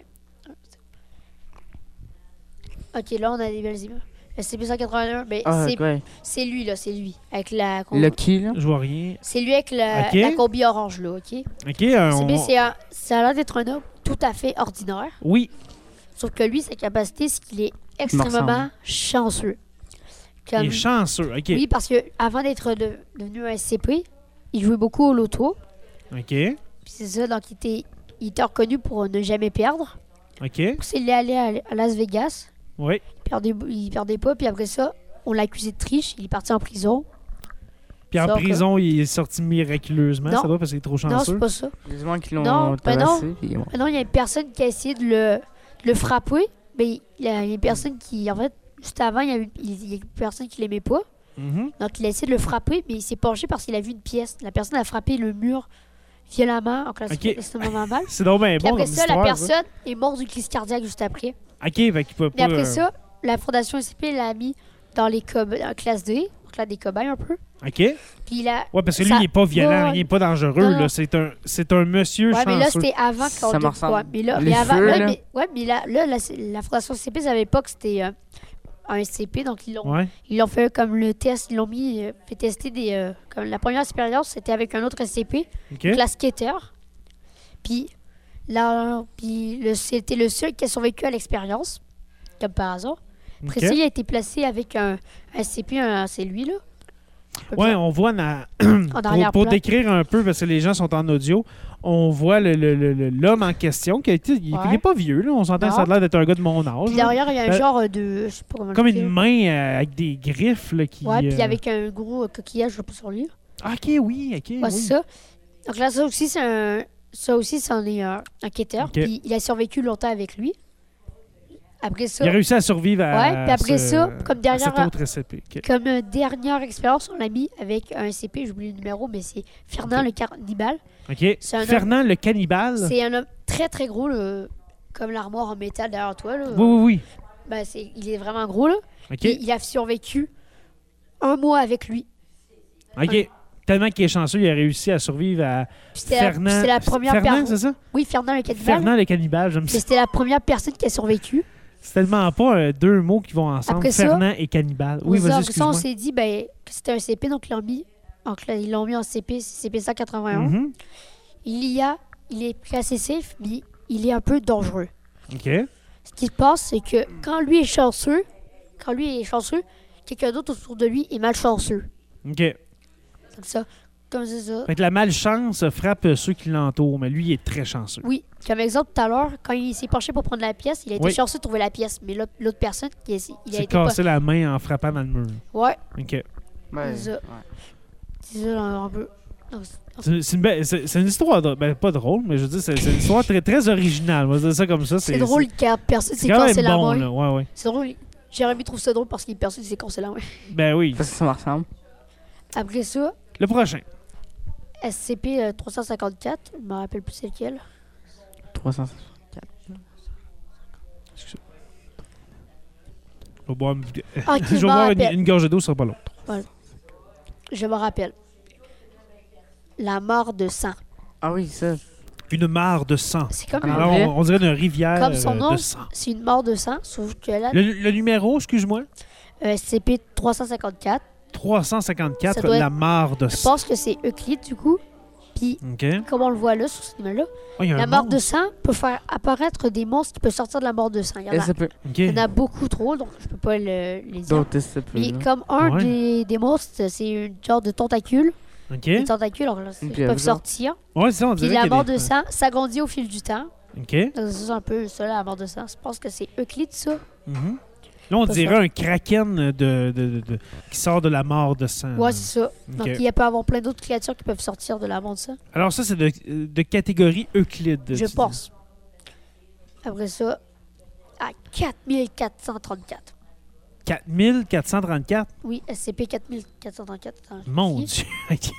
Speaker 3: Ok, là, on a des belles images. SCP-181, ben,
Speaker 2: Ah,
Speaker 3: c'est-
Speaker 2: ouais.
Speaker 3: c'est lui, là, c'est lui. Avec la... com-
Speaker 2: Le qui, là?
Speaker 1: Je vois rien.
Speaker 3: C'est lui avec la,
Speaker 1: Ok.
Speaker 3: la combi orange, là, OK?
Speaker 1: OK, euh, on-
Speaker 3: SCP, c'est un- ça a l'air d'être un homme tout à fait ordinaire.
Speaker 1: Oui,
Speaker 3: Sauf que lui, sa capacité, c'est qu'il est
Speaker 2: ressemble.
Speaker 3: extrêmement chanceux. Comme-
Speaker 1: il est chanceux. OK,
Speaker 3: Oui, parce que avant d'être de- devenu un SCP, il jouait beaucoup au loto.
Speaker 1: OK,
Speaker 3: Puis c'est ça, donc il était, il était reconnu pour ne jamais perdre.
Speaker 1: OK.
Speaker 3: Après, ça, il est allé à- à Las Vegas.
Speaker 1: Oui,
Speaker 3: Il perdait, il perdait pas. Puis après ça, on l'a accusé de triche. Il est parti en prison.
Speaker 1: puis en
Speaker 3: Sauf que-
Speaker 1: prison, il est sorti miraculeusement.
Speaker 3: Non.
Speaker 1: Ça doit parce qu'il est trop
Speaker 3: Non, c'est
Speaker 1: chanceux.
Speaker 3: pas ça.
Speaker 2: Les gens qui l'ont
Speaker 3: Non, ben non.
Speaker 2: tabassé. puis bon.
Speaker 3: Maintenant, il y a une personne qui a essayé de le, de le frapper. Mais il y a une personne qui, en fait, juste avant, il y a une, il y a une personne qui l'aimait pas.
Speaker 1: Mhm.
Speaker 3: Donc il a essayé de le frapper, mais il s'est penché parce qu'il a vu une pièce. La personne a frappé le mur violemment en classe
Speaker 1: Ok.
Speaker 3: extrêmement mal.
Speaker 1: C'est donc bien
Speaker 3: Puis
Speaker 1: bon hein.
Speaker 3: après
Speaker 1: comme
Speaker 3: ça, la
Speaker 1: histoire,
Speaker 3: personne
Speaker 1: ça.
Speaker 3: est morte d'une crise cardiaque juste après.
Speaker 1: OK, fait qu'il peut pas...
Speaker 3: Mais après
Speaker 1: euh,
Speaker 3: ça, la Fondation SCP l'a mis dans les cob- en classe D, donc là des cobayes un peu.
Speaker 1: OK. Ouais,
Speaker 3: Puis il a.
Speaker 1: parce que lui,
Speaker 3: Ça-
Speaker 1: il est pas violent,
Speaker 3: Ouais.
Speaker 1: il est pas dangereux.
Speaker 3: Non, non.
Speaker 1: là. C'est un, c'est un monsieur
Speaker 3: Ouais, mais là,
Speaker 1: chanceux.
Speaker 3: c'était avant
Speaker 2: Ça
Speaker 3: qu'on.
Speaker 2: me
Speaker 3: de-
Speaker 2: ressemble.
Speaker 3: ouais, mais là,
Speaker 2: Les
Speaker 3: mais avant.
Speaker 2: feux,
Speaker 3: ouais,
Speaker 2: là.
Speaker 3: mais, ouais, mais là, là, la, la Fondation SCP savait pas que c'était euh, un SCP, donc ils l'ont
Speaker 1: ouais.
Speaker 3: Ils l'ont fait comme le test, ils l'ont mis, euh, fait tester des. euh, comme la première expérience, c'était avec un autre SCP,
Speaker 1: OK.
Speaker 3: une classe skater. Puis, là, puis le- c'était le seul qui a survécu à l'expérience, comme par hasard. Après
Speaker 1: OK.
Speaker 3: ça, il a été placé avec un, un SCP, un- c'est lui là. Un peu
Speaker 1: Ouais,
Speaker 3: bizarre.
Speaker 1: on voit dans- pour,
Speaker 3: arrière-plan.
Speaker 1: pour décrire un peu, parce que les gens sont en audio, on voit le- le- le- le- l'homme en question, qui a été- il,
Speaker 3: Ouais.
Speaker 1: il est pas vieux, là, on s'entend que ça a l'air d'être un gars de mon âge.
Speaker 3: Puis
Speaker 1: là.
Speaker 3: derrière, il y a un
Speaker 1: Ben,
Speaker 3: genre euh, de. Je sais pas comment
Speaker 1: Comme
Speaker 3: le dire.
Speaker 1: une main euh, avec des griffes là, qui.
Speaker 3: Ouais, puis
Speaker 1: euh,
Speaker 3: avec un gros euh, coquillage, je sais pas sur lui.
Speaker 1: Ah, Ok, oui, ok.
Speaker 3: Ouais,
Speaker 1: oui.
Speaker 3: c'est ça. Donc là, ça aussi, c'est un... Ça aussi, c'en est un enquêteur.
Speaker 1: Ok.
Speaker 3: Puis il a survécu longtemps avec lui. Après ça,
Speaker 1: Il a réussi à survivre à.
Speaker 3: Ouais, puis après
Speaker 1: ce-
Speaker 3: ça, comme
Speaker 1: à
Speaker 3: dernière-
Speaker 1: Cet autre SCP. ok.
Speaker 3: comme euh, dernière expérience, on l'a mis avec un CP, j'ai oublié le numéro, mais c'est
Speaker 1: Ok.
Speaker 3: Fernand le cannibale.
Speaker 1: Ok.
Speaker 3: C'est un homme-
Speaker 1: Fernand le cannibale.
Speaker 3: C'est un homme très très gros, là, comme l'armoire en métal derrière toi. Là.
Speaker 1: Oui, oui, oui.
Speaker 3: Ben, c'est- il est vraiment gros. Là.
Speaker 1: Ok.
Speaker 3: Puis il a survécu un mois avec lui.
Speaker 1: ok. Tellement qu'il est chanceux, il a réussi à survivre à.
Speaker 3: Puis c'était la, puis
Speaker 1: Fernand.
Speaker 3: c'était la première
Speaker 1: Fernand,
Speaker 3: personne.
Speaker 1: c'est ça?
Speaker 3: Oui, Fernand le cannibale.
Speaker 1: Fernand le cannibale, j'aime
Speaker 3: Puis
Speaker 1: ça.
Speaker 3: C'était la première personne qui a survécu.
Speaker 1: C'est tellement pas euh, deux mots qui vont ensemble.
Speaker 3: Après ça-
Speaker 1: Fernand et cannibale. Oui,
Speaker 3: Après ça,
Speaker 1: vas-y,
Speaker 3: après ça, on
Speaker 1: excuse-moi.
Speaker 3: s'est dit ben, que c'était un CP, donc ils l'ont mis en, cla- ils l'ont mis en CP, c'est CP 191.
Speaker 1: Mhm.
Speaker 3: Il y a, il est classé safe, mais il est un peu dangereux.
Speaker 1: Ok.
Speaker 3: Ce qui se passe, c'est que quand lui est chanceux, quand lui est chanceux, quelqu'un d'autre autour de lui est malchanceux.
Speaker 1: Ok.
Speaker 3: Comme ça, comme c'est ça.
Speaker 1: Fait que la malchance frappe ceux qui l'entourent, mais lui, il est très chanceux.
Speaker 3: Oui, comme exemple tout à l'heure, quand il s'est penché pour prendre la pièce, il a été
Speaker 1: Oui.
Speaker 3: chanceux de trouver la pièce, mais l'autre l'autre personne, il a, il a
Speaker 1: C'est
Speaker 3: été pas.
Speaker 1: cassé la main en frappant dans le mur.
Speaker 3: Ouais,
Speaker 1: OK.
Speaker 2: Ouais,
Speaker 3: ça.
Speaker 2: ouais.
Speaker 3: c'est ça un peu. Donc,
Speaker 1: C'est c'est une, belle- c'est- c'est une histoire, drôle. ben, pas drôle, mais je veux dire, c'est c'est une histoire très, très originale. On va dire ça comme ça.
Speaker 3: C'est drôle car personne
Speaker 1: C'est
Speaker 3: s'est
Speaker 1: quand même
Speaker 3: cassé la
Speaker 1: bon,
Speaker 3: main.
Speaker 1: là. Ouais, ouais.
Speaker 3: C'est drôle. Jérémy trouve ça drôle parce qu'il personne s'est cassé la main.
Speaker 1: Ben oui.
Speaker 2: Parce que ça me ressemble.
Speaker 3: Après ça,
Speaker 1: Le prochain.
Speaker 3: euh, SCP-354, je me rappelle plus c'est lequel.
Speaker 2: 300.
Speaker 1: Je vais boire, une-
Speaker 3: Ah,
Speaker 1: je
Speaker 3: qui
Speaker 1: vais
Speaker 3: je me
Speaker 1: boire une,
Speaker 3: rappelle.
Speaker 1: une gorge d'eau, ce sera pas long.
Speaker 3: Je me rappelle. La mort de sang.
Speaker 2: Ah oui, ça.
Speaker 1: Une mare de sang.
Speaker 3: C'est comme,
Speaker 2: Ah,
Speaker 3: une-
Speaker 1: Alors,
Speaker 2: anglais.
Speaker 1: on, on dirait une rivière
Speaker 3: Comme son
Speaker 1: euh,
Speaker 3: nom.
Speaker 1: de sang.
Speaker 3: c'est une mort de sang, sauf que là,
Speaker 1: Le, le numéro, excuse-moi,
Speaker 3: euh, SCP-354,
Speaker 1: 354,
Speaker 3: Ça doit
Speaker 1: la mare de
Speaker 3: je
Speaker 1: sang.
Speaker 3: pense que c'est Euclide du coup. Puis,
Speaker 1: OK.
Speaker 3: comme on le voit là, sur ce animal là
Speaker 1: Oh, il y a un
Speaker 3: la mort de
Speaker 1: monstre.
Speaker 3: sang peut faire apparaître des monstres qui peuvent sortir de la mort de sang. Il y en a,
Speaker 2: SCP.
Speaker 1: OK.
Speaker 3: il y en a beaucoup trop, donc je peux pas le- les dire.
Speaker 2: D'autres SCP.
Speaker 3: Mais
Speaker 2: là.
Speaker 3: comme un
Speaker 1: euh, Ouais.
Speaker 3: des, des monstres, c'est une genre de tentacule.
Speaker 1: OK.
Speaker 3: Les tentacules, alors, là, ils
Speaker 2: Puis,
Speaker 3: peuvent
Speaker 2: ça.
Speaker 3: sortir.
Speaker 1: Ouais, c'est ça, on
Speaker 3: Puis
Speaker 1: dirait
Speaker 3: la
Speaker 1: qu'il y a
Speaker 3: mort
Speaker 1: des-
Speaker 3: de sang s'agrandit au fil du temps.
Speaker 1: OK.
Speaker 3: Donc, C'est un peu ça, la mort de sang. Je pense que c'est Euclide, ça.
Speaker 1: Mhm. Là, on
Speaker 3: Pas
Speaker 1: dirait
Speaker 3: ça.
Speaker 1: un kraken de, de- de- de- qui sort de la mort de sang.
Speaker 3: Ouais, c'est ça. Donc,
Speaker 1: Ok.
Speaker 3: il y a peut avoir plein d'autres créatures qui peuvent sortir de la mort de sang.
Speaker 1: Alors ça, c'est de, de catégorie Euclide. tu
Speaker 3: Je
Speaker 1: dis.
Speaker 3: pense. Après ça, à 4434.
Speaker 1: 4434?
Speaker 3: Oui, SCP-4434. Attends, je
Speaker 1: Mon Dieu!
Speaker 3: vérifie.
Speaker 1: Ok.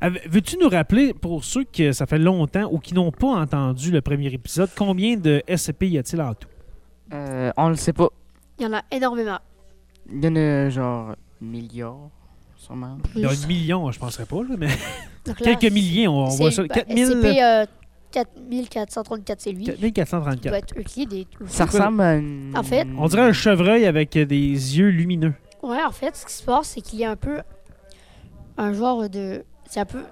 Speaker 1: Ah, ve- Veux-tu nous rappeler, pour ceux que ça fait longtemps ou qui n'ont pas entendu le premier épisode, combien de SCP y a-t-il en tout?
Speaker 2: Euh, on le sait pas.
Speaker 3: Il y en a énormément.
Speaker 2: Il y en a genre milliards, sûrement.
Speaker 1: Il y a
Speaker 3: Plus.
Speaker 1: un million, je penserais pas, là, mais
Speaker 3: Donc là,
Speaker 1: quelques milliers, on, on
Speaker 3: c'est-
Speaker 1: voit ça.
Speaker 3: bah,
Speaker 1: 4000...
Speaker 3: SCP, euh, 4434, c'est lui. Il
Speaker 1: 4434.
Speaker 3: doit être Euclide et tout.
Speaker 2: Ça ressemble à une...
Speaker 3: En fait-
Speaker 1: On dirait un chevreuil avec euh, des yeux lumineux.
Speaker 3: Ouais, en fait, ce qui se passe, c'est qu'il y a un peu un genre de. C'est un peu.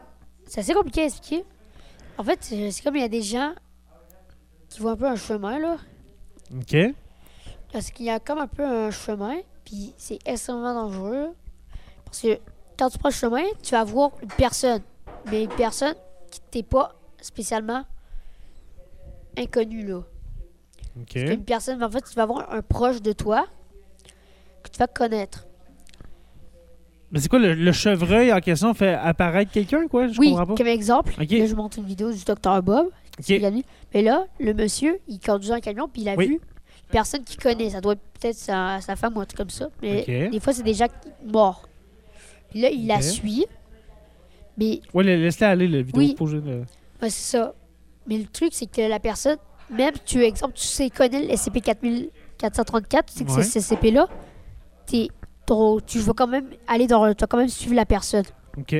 Speaker 3: C'est assez compliqué à expliquer. En fait, c'est c'est comme il y a des gens qui voient un peu un chemin, là.
Speaker 1: OK?
Speaker 3: Parce qu'il y a comme un peu un chemin, puis c'est extrêmement dangereux. Parce que quand tu prends le chemin, tu vas voir une personne. Mais une personne qui t'est pas spécialement inconnue, là.
Speaker 1: OK.
Speaker 3: Une personne, mais en fait, tu vas voir un proche de toi que tu vas connaître.
Speaker 1: Mais c'est quoi, le, le chevreuil en question fait apparaître quelqu'un, quoi? Je
Speaker 3: oui,
Speaker 1: comprends pas.
Speaker 3: comme exemple,
Speaker 1: Ok.
Speaker 3: là, je monte une vidéo du docteur Bob.
Speaker 1: OK.
Speaker 3: Il a mis- Mais là, le monsieur, il conduisait un camion, puis il a
Speaker 1: Oui.
Speaker 3: vu une personne qu'il connaît. Ça doit être peut-être sa, sa femme ou un truc comme ça. Mais
Speaker 1: Ok.
Speaker 3: des fois, c'est des gens qui- morts. Puis là, il la
Speaker 1: Ok.
Speaker 3: suit. Mais
Speaker 1: Ouais, la- laisse-la aller, la vidéo.
Speaker 3: Oui.
Speaker 1: faut que je le-
Speaker 3: ouais, c'est ça. Mais le truc, c'est que la personne, même tu, exemple, tu sais, connais le SCP-4434, tu sais que
Speaker 1: Ouais.
Speaker 3: c'est ce SCP-là, t'es- ton- tu vas quand même aller dans. Tu vas quand même suivre la personne.
Speaker 1: OK.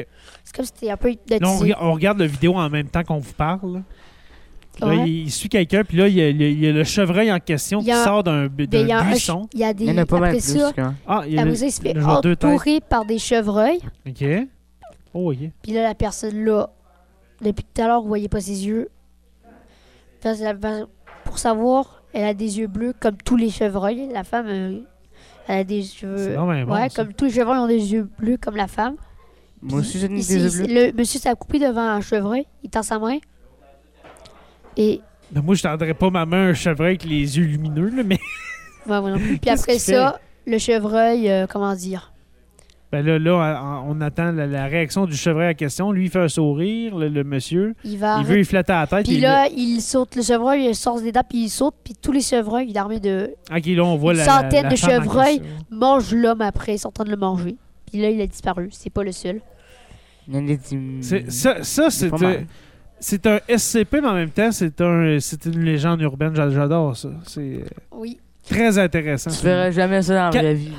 Speaker 3: C'est comme si t'es un peu
Speaker 1: Là, on,
Speaker 3: hypnotisé.
Speaker 1: rega- on regarde la vidéo en même temps qu'on vous parle. Là,
Speaker 3: Ouais.
Speaker 1: il, il suit quelqu'un, puis là, il y, a, il y a- il y a le chevreuil en question
Speaker 3: Il y
Speaker 1: qui
Speaker 3: a-
Speaker 1: sort d'un bu-
Speaker 3: Mais il y a
Speaker 1: d'un
Speaker 3: un-
Speaker 1: buisson.
Speaker 3: Il y a des.
Speaker 2: Il y en a pas mal
Speaker 3: après
Speaker 2: plus.
Speaker 3: ça,
Speaker 2: quand même.
Speaker 1: Ah, il y a
Speaker 3: après
Speaker 1: le-
Speaker 3: ça, il se fait
Speaker 1: le genre deux têtes.
Speaker 3: entourer par des chevreuils.
Speaker 1: OK. Oh, yeah.
Speaker 3: Puis là, la personne là, depuis tout à l'heure, vous voyez pas ses yeux. Là, c'est la per- Pour savoir, elle a des yeux bleus comme tous les chevreuils. La femme, euh, elle a des
Speaker 1: C'est
Speaker 3: cheveux.
Speaker 1: non, mais bon.
Speaker 3: Euh, ouais,
Speaker 1: ça.
Speaker 3: comme tous les chevreuils ont des yeux bleus comme la femme.
Speaker 2: Moi aussi, j'ai une
Speaker 3: Ici,
Speaker 2: idée
Speaker 3: ici,
Speaker 2: bleue.
Speaker 3: le monsieur s'est coupé devant un chevreuil. Il tend sa main. Et.
Speaker 1: Mais Ben, moi, je tendrais pas ma main à un chevreuil avec les yeux lumineux, là, mais
Speaker 3: ouais, moi non plus. Puis
Speaker 1: Qu'est-ce
Speaker 3: après
Speaker 1: qu'il fait?
Speaker 3: ça, le chevreuil, euh, comment dire
Speaker 1: ben là, là, on on attend la, la réaction du chevreuil en question. Lui, il fait un sourire, le, le monsieur.
Speaker 3: Il va.
Speaker 1: Il veut lui flatter la tête.
Speaker 3: Ah, Puis
Speaker 1: il-
Speaker 3: là, il saute le chevreuil, il sort des dents, puis il saute, puis tous les chevreuils, il est armé de
Speaker 1: OK, là, on voit
Speaker 3: une
Speaker 1: la, la-
Speaker 3: centaine
Speaker 1: la
Speaker 3: de
Speaker 1: femme en
Speaker 3: chevreuils.
Speaker 1: question.
Speaker 3: mange l'homme après, ils sont en train de le manger. Puis là, il a disparu. C'est pas le seul.
Speaker 2: Il y en a des...
Speaker 1: C'est- Ça, ça,
Speaker 2: C'est
Speaker 1: c'est
Speaker 2: pas
Speaker 1: un-
Speaker 2: mal.
Speaker 1: c'est un SCP, mais en même temps, c'est un, c'est une légende urbaine. J'a- J'adore ça. C'est euh,
Speaker 3: Oui.
Speaker 1: très intéressant.
Speaker 2: Tu verras jamais ça dans
Speaker 1: Quand-
Speaker 2: la vraie vie. là.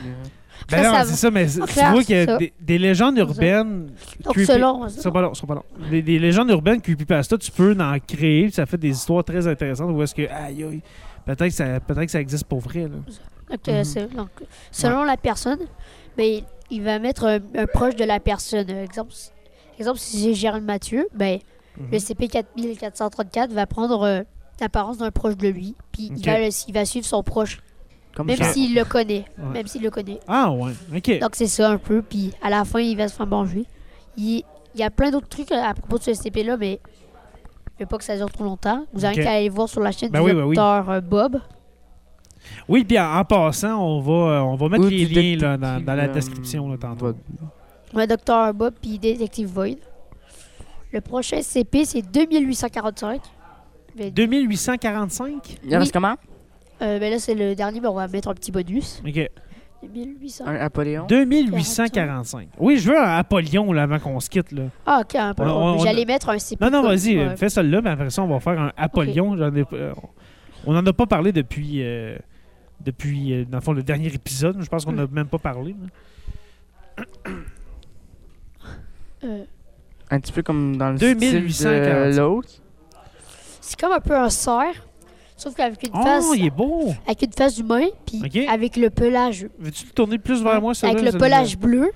Speaker 1: Ben non,
Speaker 3: Ça, ça
Speaker 1: c'est
Speaker 3: va.
Speaker 1: ça, mais c'est-
Speaker 3: En
Speaker 1: tu
Speaker 3: clair,
Speaker 1: vois qu'il y
Speaker 3: c'est
Speaker 1: a
Speaker 3: ça.
Speaker 1: des, des légendes urbaines.
Speaker 3: Donc,
Speaker 1: creepy-
Speaker 3: selon.
Speaker 1: Ils sont pas longs, ils sont pas longs. Des, des légendes urbaines creepypasta, tu peux en créer, puis ça fait des histoires très intéressantes où est-ce que, aïe, aïe, peut-être que ça, peut-être que ça existe pour vrai. Là.
Speaker 3: Donc, euh,
Speaker 2: Mhm.
Speaker 3: c'est- donc, selon la personne, ben, il- il va mettre un, un proche de la personne. Euh, Exemple, si- exemple si c'est Gérald Mathieu, ben,
Speaker 1: Mhm.
Speaker 3: le CP4434 va prendre euh, l'apparence d'un proche de lui. Puis
Speaker 1: Ok.
Speaker 3: il, va, le- il va suivre son proche,
Speaker 2: Comme
Speaker 3: même
Speaker 2: ça.
Speaker 3: s'il le connaît.
Speaker 1: Ouais.
Speaker 3: Même s'il le connaît.
Speaker 1: Ah ouais, ok.
Speaker 3: Donc c'est ça un peu, puis à la fin, il va se faire manger. Il, il y a plein d'autres trucs euh, à propos de ce SCP-là, mais je veux pas que ça dure trop longtemps. Vous avez
Speaker 1: Ok.
Speaker 3: qu'à aller le voir sur la chaîne
Speaker 1: Ben
Speaker 3: du
Speaker 1: oui, ben oui.
Speaker 3: docteur euh, Bob.
Speaker 1: Oui, puis en, en passant, on va, euh, on va mettre
Speaker 2: Ou
Speaker 1: les
Speaker 2: du
Speaker 1: liens là,
Speaker 2: détective,
Speaker 1: dans, dans la
Speaker 2: euh,
Speaker 1: description là, tantôt.
Speaker 2: Bob.
Speaker 3: Le docteur Bob, puis Détective Void. Le prochain SCP, c'est 2845. Mais,
Speaker 1: 2845?
Speaker 2: Il y en
Speaker 3: Oui.
Speaker 2: reste comment
Speaker 3: euh, ben là, c'est le dernier, mais on va mettre un petit bonus.
Speaker 1: Ok.
Speaker 3: 2800.
Speaker 2: Un Napoléon
Speaker 1: 2845. Oui, je veux un Apollyon là, avant qu'on se quitte. Là.
Speaker 3: Ah, ok, un peu.
Speaker 1: On- on-
Speaker 3: J'allais mettre un SCP.
Speaker 1: Non, non,
Speaker 3: comme-
Speaker 1: vas-y,
Speaker 3: ouais.
Speaker 1: fais ça là, mais après ça, on va faire un Apollyon. J'en ai- euh, on n'en a pas parlé depuis, euh, depuis euh, dans le fond, le dernier épisode. Je pense qu'on
Speaker 3: Hmm.
Speaker 1: n'a même pas parlé. là.
Speaker 3: Euh,
Speaker 2: Un petit peu comme dans le
Speaker 1: 2845.
Speaker 2: style de l'autre.
Speaker 3: c'est comme un peu un cerf, sauf qu'avec une face.
Speaker 1: Oh, il est beau!
Speaker 3: avec une face d'humain, puis
Speaker 1: Ok.
Speaker 3: avec le pelage,
Speaker 1: Veux-tu le tourner plus vers moi, celui-là,
Speaker 3: Mmh. avec le
Speaker 1: celui-là?
Speaker 3: pelage bleu,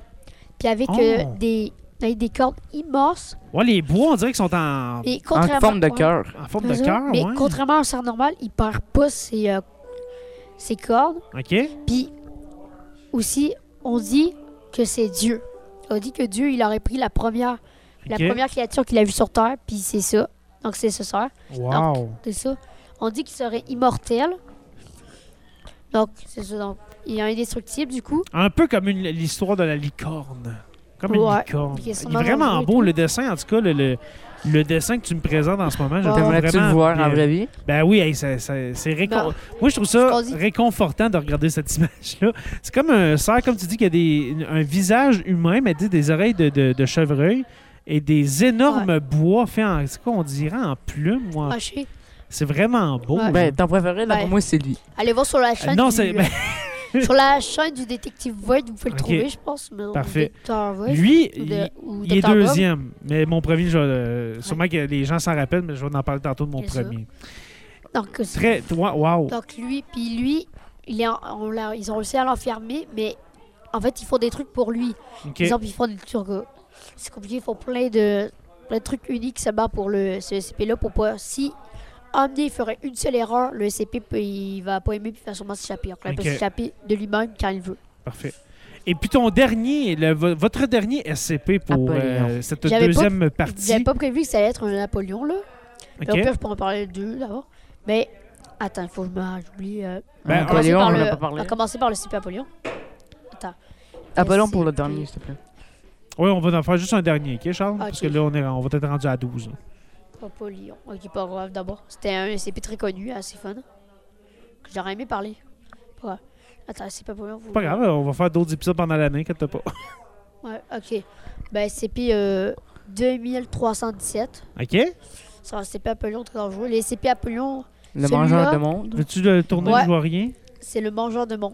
Speaker 3: puis avec euh,
Speaker 1: Oh.
Speaker 3: des avec des cornes immenses.
Speaker 1: Ouais, les bois, on dirait qu'ils sont en,
Speaker 3: Et contrairement,
Speaker 2: En forme de
Speaker 3: ouais,
Speaker 2: cœur.
Speaker 1: en forme de
Speaker 3: c'est ça.
Speaker 1: cœur.
Speaker 3: Mais
Speaker 1: ouais.
Speaker 3: contrairement à un cerf normal, il perd pas ses euh, ses cornes.
Speaker 1: OK.
Speaker 3: Puis aussi, on dit que c'est Dieu. On dit que Dieu, il aurait pris la première la
Speaker 1: ok.
Speaker 3: première créature qu'il a vue sur terre, puis c'est ça. Donc c'est ce cerf.
Speaker 1: Wow.
Speaker 3: C'est ça. On dit qu'il serait immortel. Donc, c'est ça. Donc, il est indestructible, du coup.
Speaker 1: Un peu comme une- l'histoire de la licorne. Comme une
Speaker 3: Ouais,
Speaker 1: licorne.
Speaker 3: qui
Speaker 1: Il
Speaker 3: est
Speaker 1: est
Speaker 3: sûrement
Speaker 1: vraiment
Speaker 3: dangereux et
Speaker 1: beau,
Speaker 3: tout.
Speaker 1: le dessin. En tout cas, le, le- le dessin que tu me présentes en ce moment, je le trouve
Speaker 2: T'aimerais-tu
Speaker 1: vraiment
Speaker 2: le voir en
Speaker 1: bien.
Speaker 2: vraie vie
Speaker 1: Ben oui, hey, ça- ça- c'est récon-
Speaker 3: Non.
Speaker 1: Moi, je trouve
Speaker 3: Ce
Speaker 1: ça
Speaker 3: qu'on dit.
Speaker 1: réconfortant de regarder cette image-là. C'est comme un cerf, comme tu dis, qui a des, une- un visage humain, mais des, des oreilles de, de- de chevreuil et des énormes bois faits en. C'est quoi, on dirait en plume ou en-
Speaker 3: Haché.
Speaker 1: C'est vraiment beau.
Speaker 3: Ouais.
Speaker 1: là.
Speaker 2: Ben, ton préféré, là,
Speaker 3: Ouais.
Speaker 2: pour moi, c'est lui.
Speaker 3: Allez voir sur la
Speaker 1: Euh,
Speaker 3: chaîne.
Speaker 1: non,
Speaker 3: du-
Speaker 1: c'est.
Speaker 3: euh,
Speaker 1: ben,
Speaker 3: Sur la chaîne du détective Void, vous pouvez le
Speaker 1: Ok.
Speaker 3: trouver, je pense. mais- ou
Speaker 1: Parfait.
Speaker 3: Dr. Void,
Speaker 1: Lui,
Speaker 3: ou de-
Speaker 1: il,
Speaker 3: ou
Speaker 1: il est
Speaker 3: Dr. Bob.
Speaker 1: deuxième. Mais mon premier, je vais, euh, sûrement que les gens s'en rappellent, mais je vais en parler tantôt de mon
Speaker 3: Bien sûr.
Speaker 1: premier.
Speaker 3: Donc, c'est-
Speaker 1: Très. Waouh!
Speaker 3: donc lui, puis lui, il est en- on l'a- ils ont réussi à l'enfermer, mais en fait, ils font des trucs pour lui.
Speaker 1: OK.
Speaker 3: Par exemple, ils font des trucs. euh, C'est compliqué, ils font plein de, plein de trucs uniques seulement pour le ce SCP-là pour pas. Si Omni ferait une seule erreur, le SCP peut, il va pas aimer puis il va sûrement s'échapper. Donc, il peut
Speaker 1: Ok.
Speaker 3: s'échapper de lui-même quand il veut.
Speaker 1: Parfait. Et puis ton dernier, le- vo- votre dernier SCP pour
Speaker 2: Napoléon.
Speaker 1: euh, cette
Speaker 3: J'avais pas-
Speaker 1: deuxième
Speaker 3: J'avais
Speaker 1: partie.
Speaker 3: pas prévu que ça allait être un Napoléon, là.
Speaker 1: OK.
Speaker 3: Mais au pire, je pourrais en parler de deux d'abord. Mais attends, il faut que je me- j'oublie. euh,
Speaker 1: Ben,
Speaker 3: on va commencer
Speaker 2: Napoléon,
Speaker 3: par
Speaker 2: Ah, on en
Speaker 3: le-
Speaker 2: a pas parlé.
Speaker 3: On va commencer par le CP Napoléon. Attends.
Speaker 2: Napoléon pour le
Speaker 3: SCP.
Speaker 2: dernier, s'il te plaît.
Speaker 1: Oui, on va en faire juste un dernier, OK, Charles? Parce
Speaker 3: Ok.
Speaker 1: que là, on, est, on va être rendu à 12. là.
Speaker 3: Napoléon. Ok, pas grave d'abord. C'était un SCP très connu, assez fun. Que j'aurais aimé parler. Pas grave. Attends, c'est pas Napoléon. Vous...
Speaker 1: Pas grave, on va faire d'autres épisodes pendant l'année, quand t'as pas.
Speaker 3: Ouais, ok. Ben, SCP euh, 2317.
Speaker 1: OK?
Speaker 3: C'est un SCP Napoléon très dangereux. Les SCP Napoléon,
Speaker 2: Le
Speaker 3: Celui-là-
Speaker 2: mangeur de monde.
Speaker 1: Veux-tu le tourner,
Speaker 3: Ouais.
Speaker 1: je vois rien?
Speaker 3: c'est le mangeur de monde.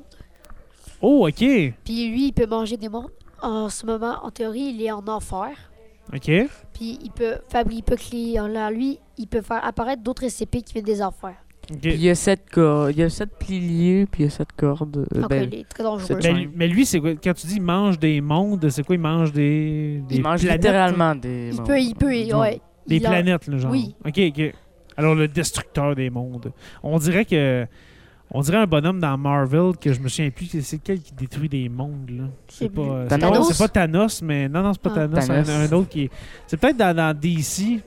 Speaker 1: Oh, OK.
Speaker 3: Puis lui, il peut manger des mondes. En ce moment, en théorie, il est en enfer.
Speaker 1: OK.
Speaker 3: Puis il peut fabriquer, il peut créer en l'air, lui, il peut faire apparaître d'autres SCP qui viennent des enfers.
Speaker 1: OK.
Speaker 2: Puis il y a sept cordes. Il y a sept piliers, puis il y a sept cordes. Euh,
Speaker 3: Donc
Speaker 2: ben,
Speaker 3: il est très dangereux.
Speaker 2: c'est-
Speaker 1: Mais,
Speaker 2: Ouais.
Speaker 1: mais lui, c'est quoi? Quand tu dis il mange des mondes, c'est quoi? Il mange des, des
Speaker 2: il mange
Speaker 1: planètes?
Speaker 2: littéralement des.
Speaker 3: Il
Speaker 2: bon,
Speaker 3: peut, il peut, il-
Speaker 2: bon.
Speaker 3: ouais.
Speaker 1: Des
Speaker 3: il a-
Speaker 1: planètes, le genre.
Speaker 3: Oui.
Speaker 1: OK, OK. Alors, le destructeur des mondes. On dirait que... On dirait un bonhomme dans Marvel que je me souviens plus, c'est- c'est lequel qui détruit des mondes, là. C'est
Speaker 3: C'est
Speaker 1: pas, euh,
Speaker 2: Thanos?
Speaker 1: c'est pas- c'est pas Thanos, mais... Non, non, c'est pas
Speaker 3: Ah.
Speaker 1: Thanos.
Speaker 2: Thanos.
Speaker 1: Un, un autre qui est... C'est peut-être dans, dans DC.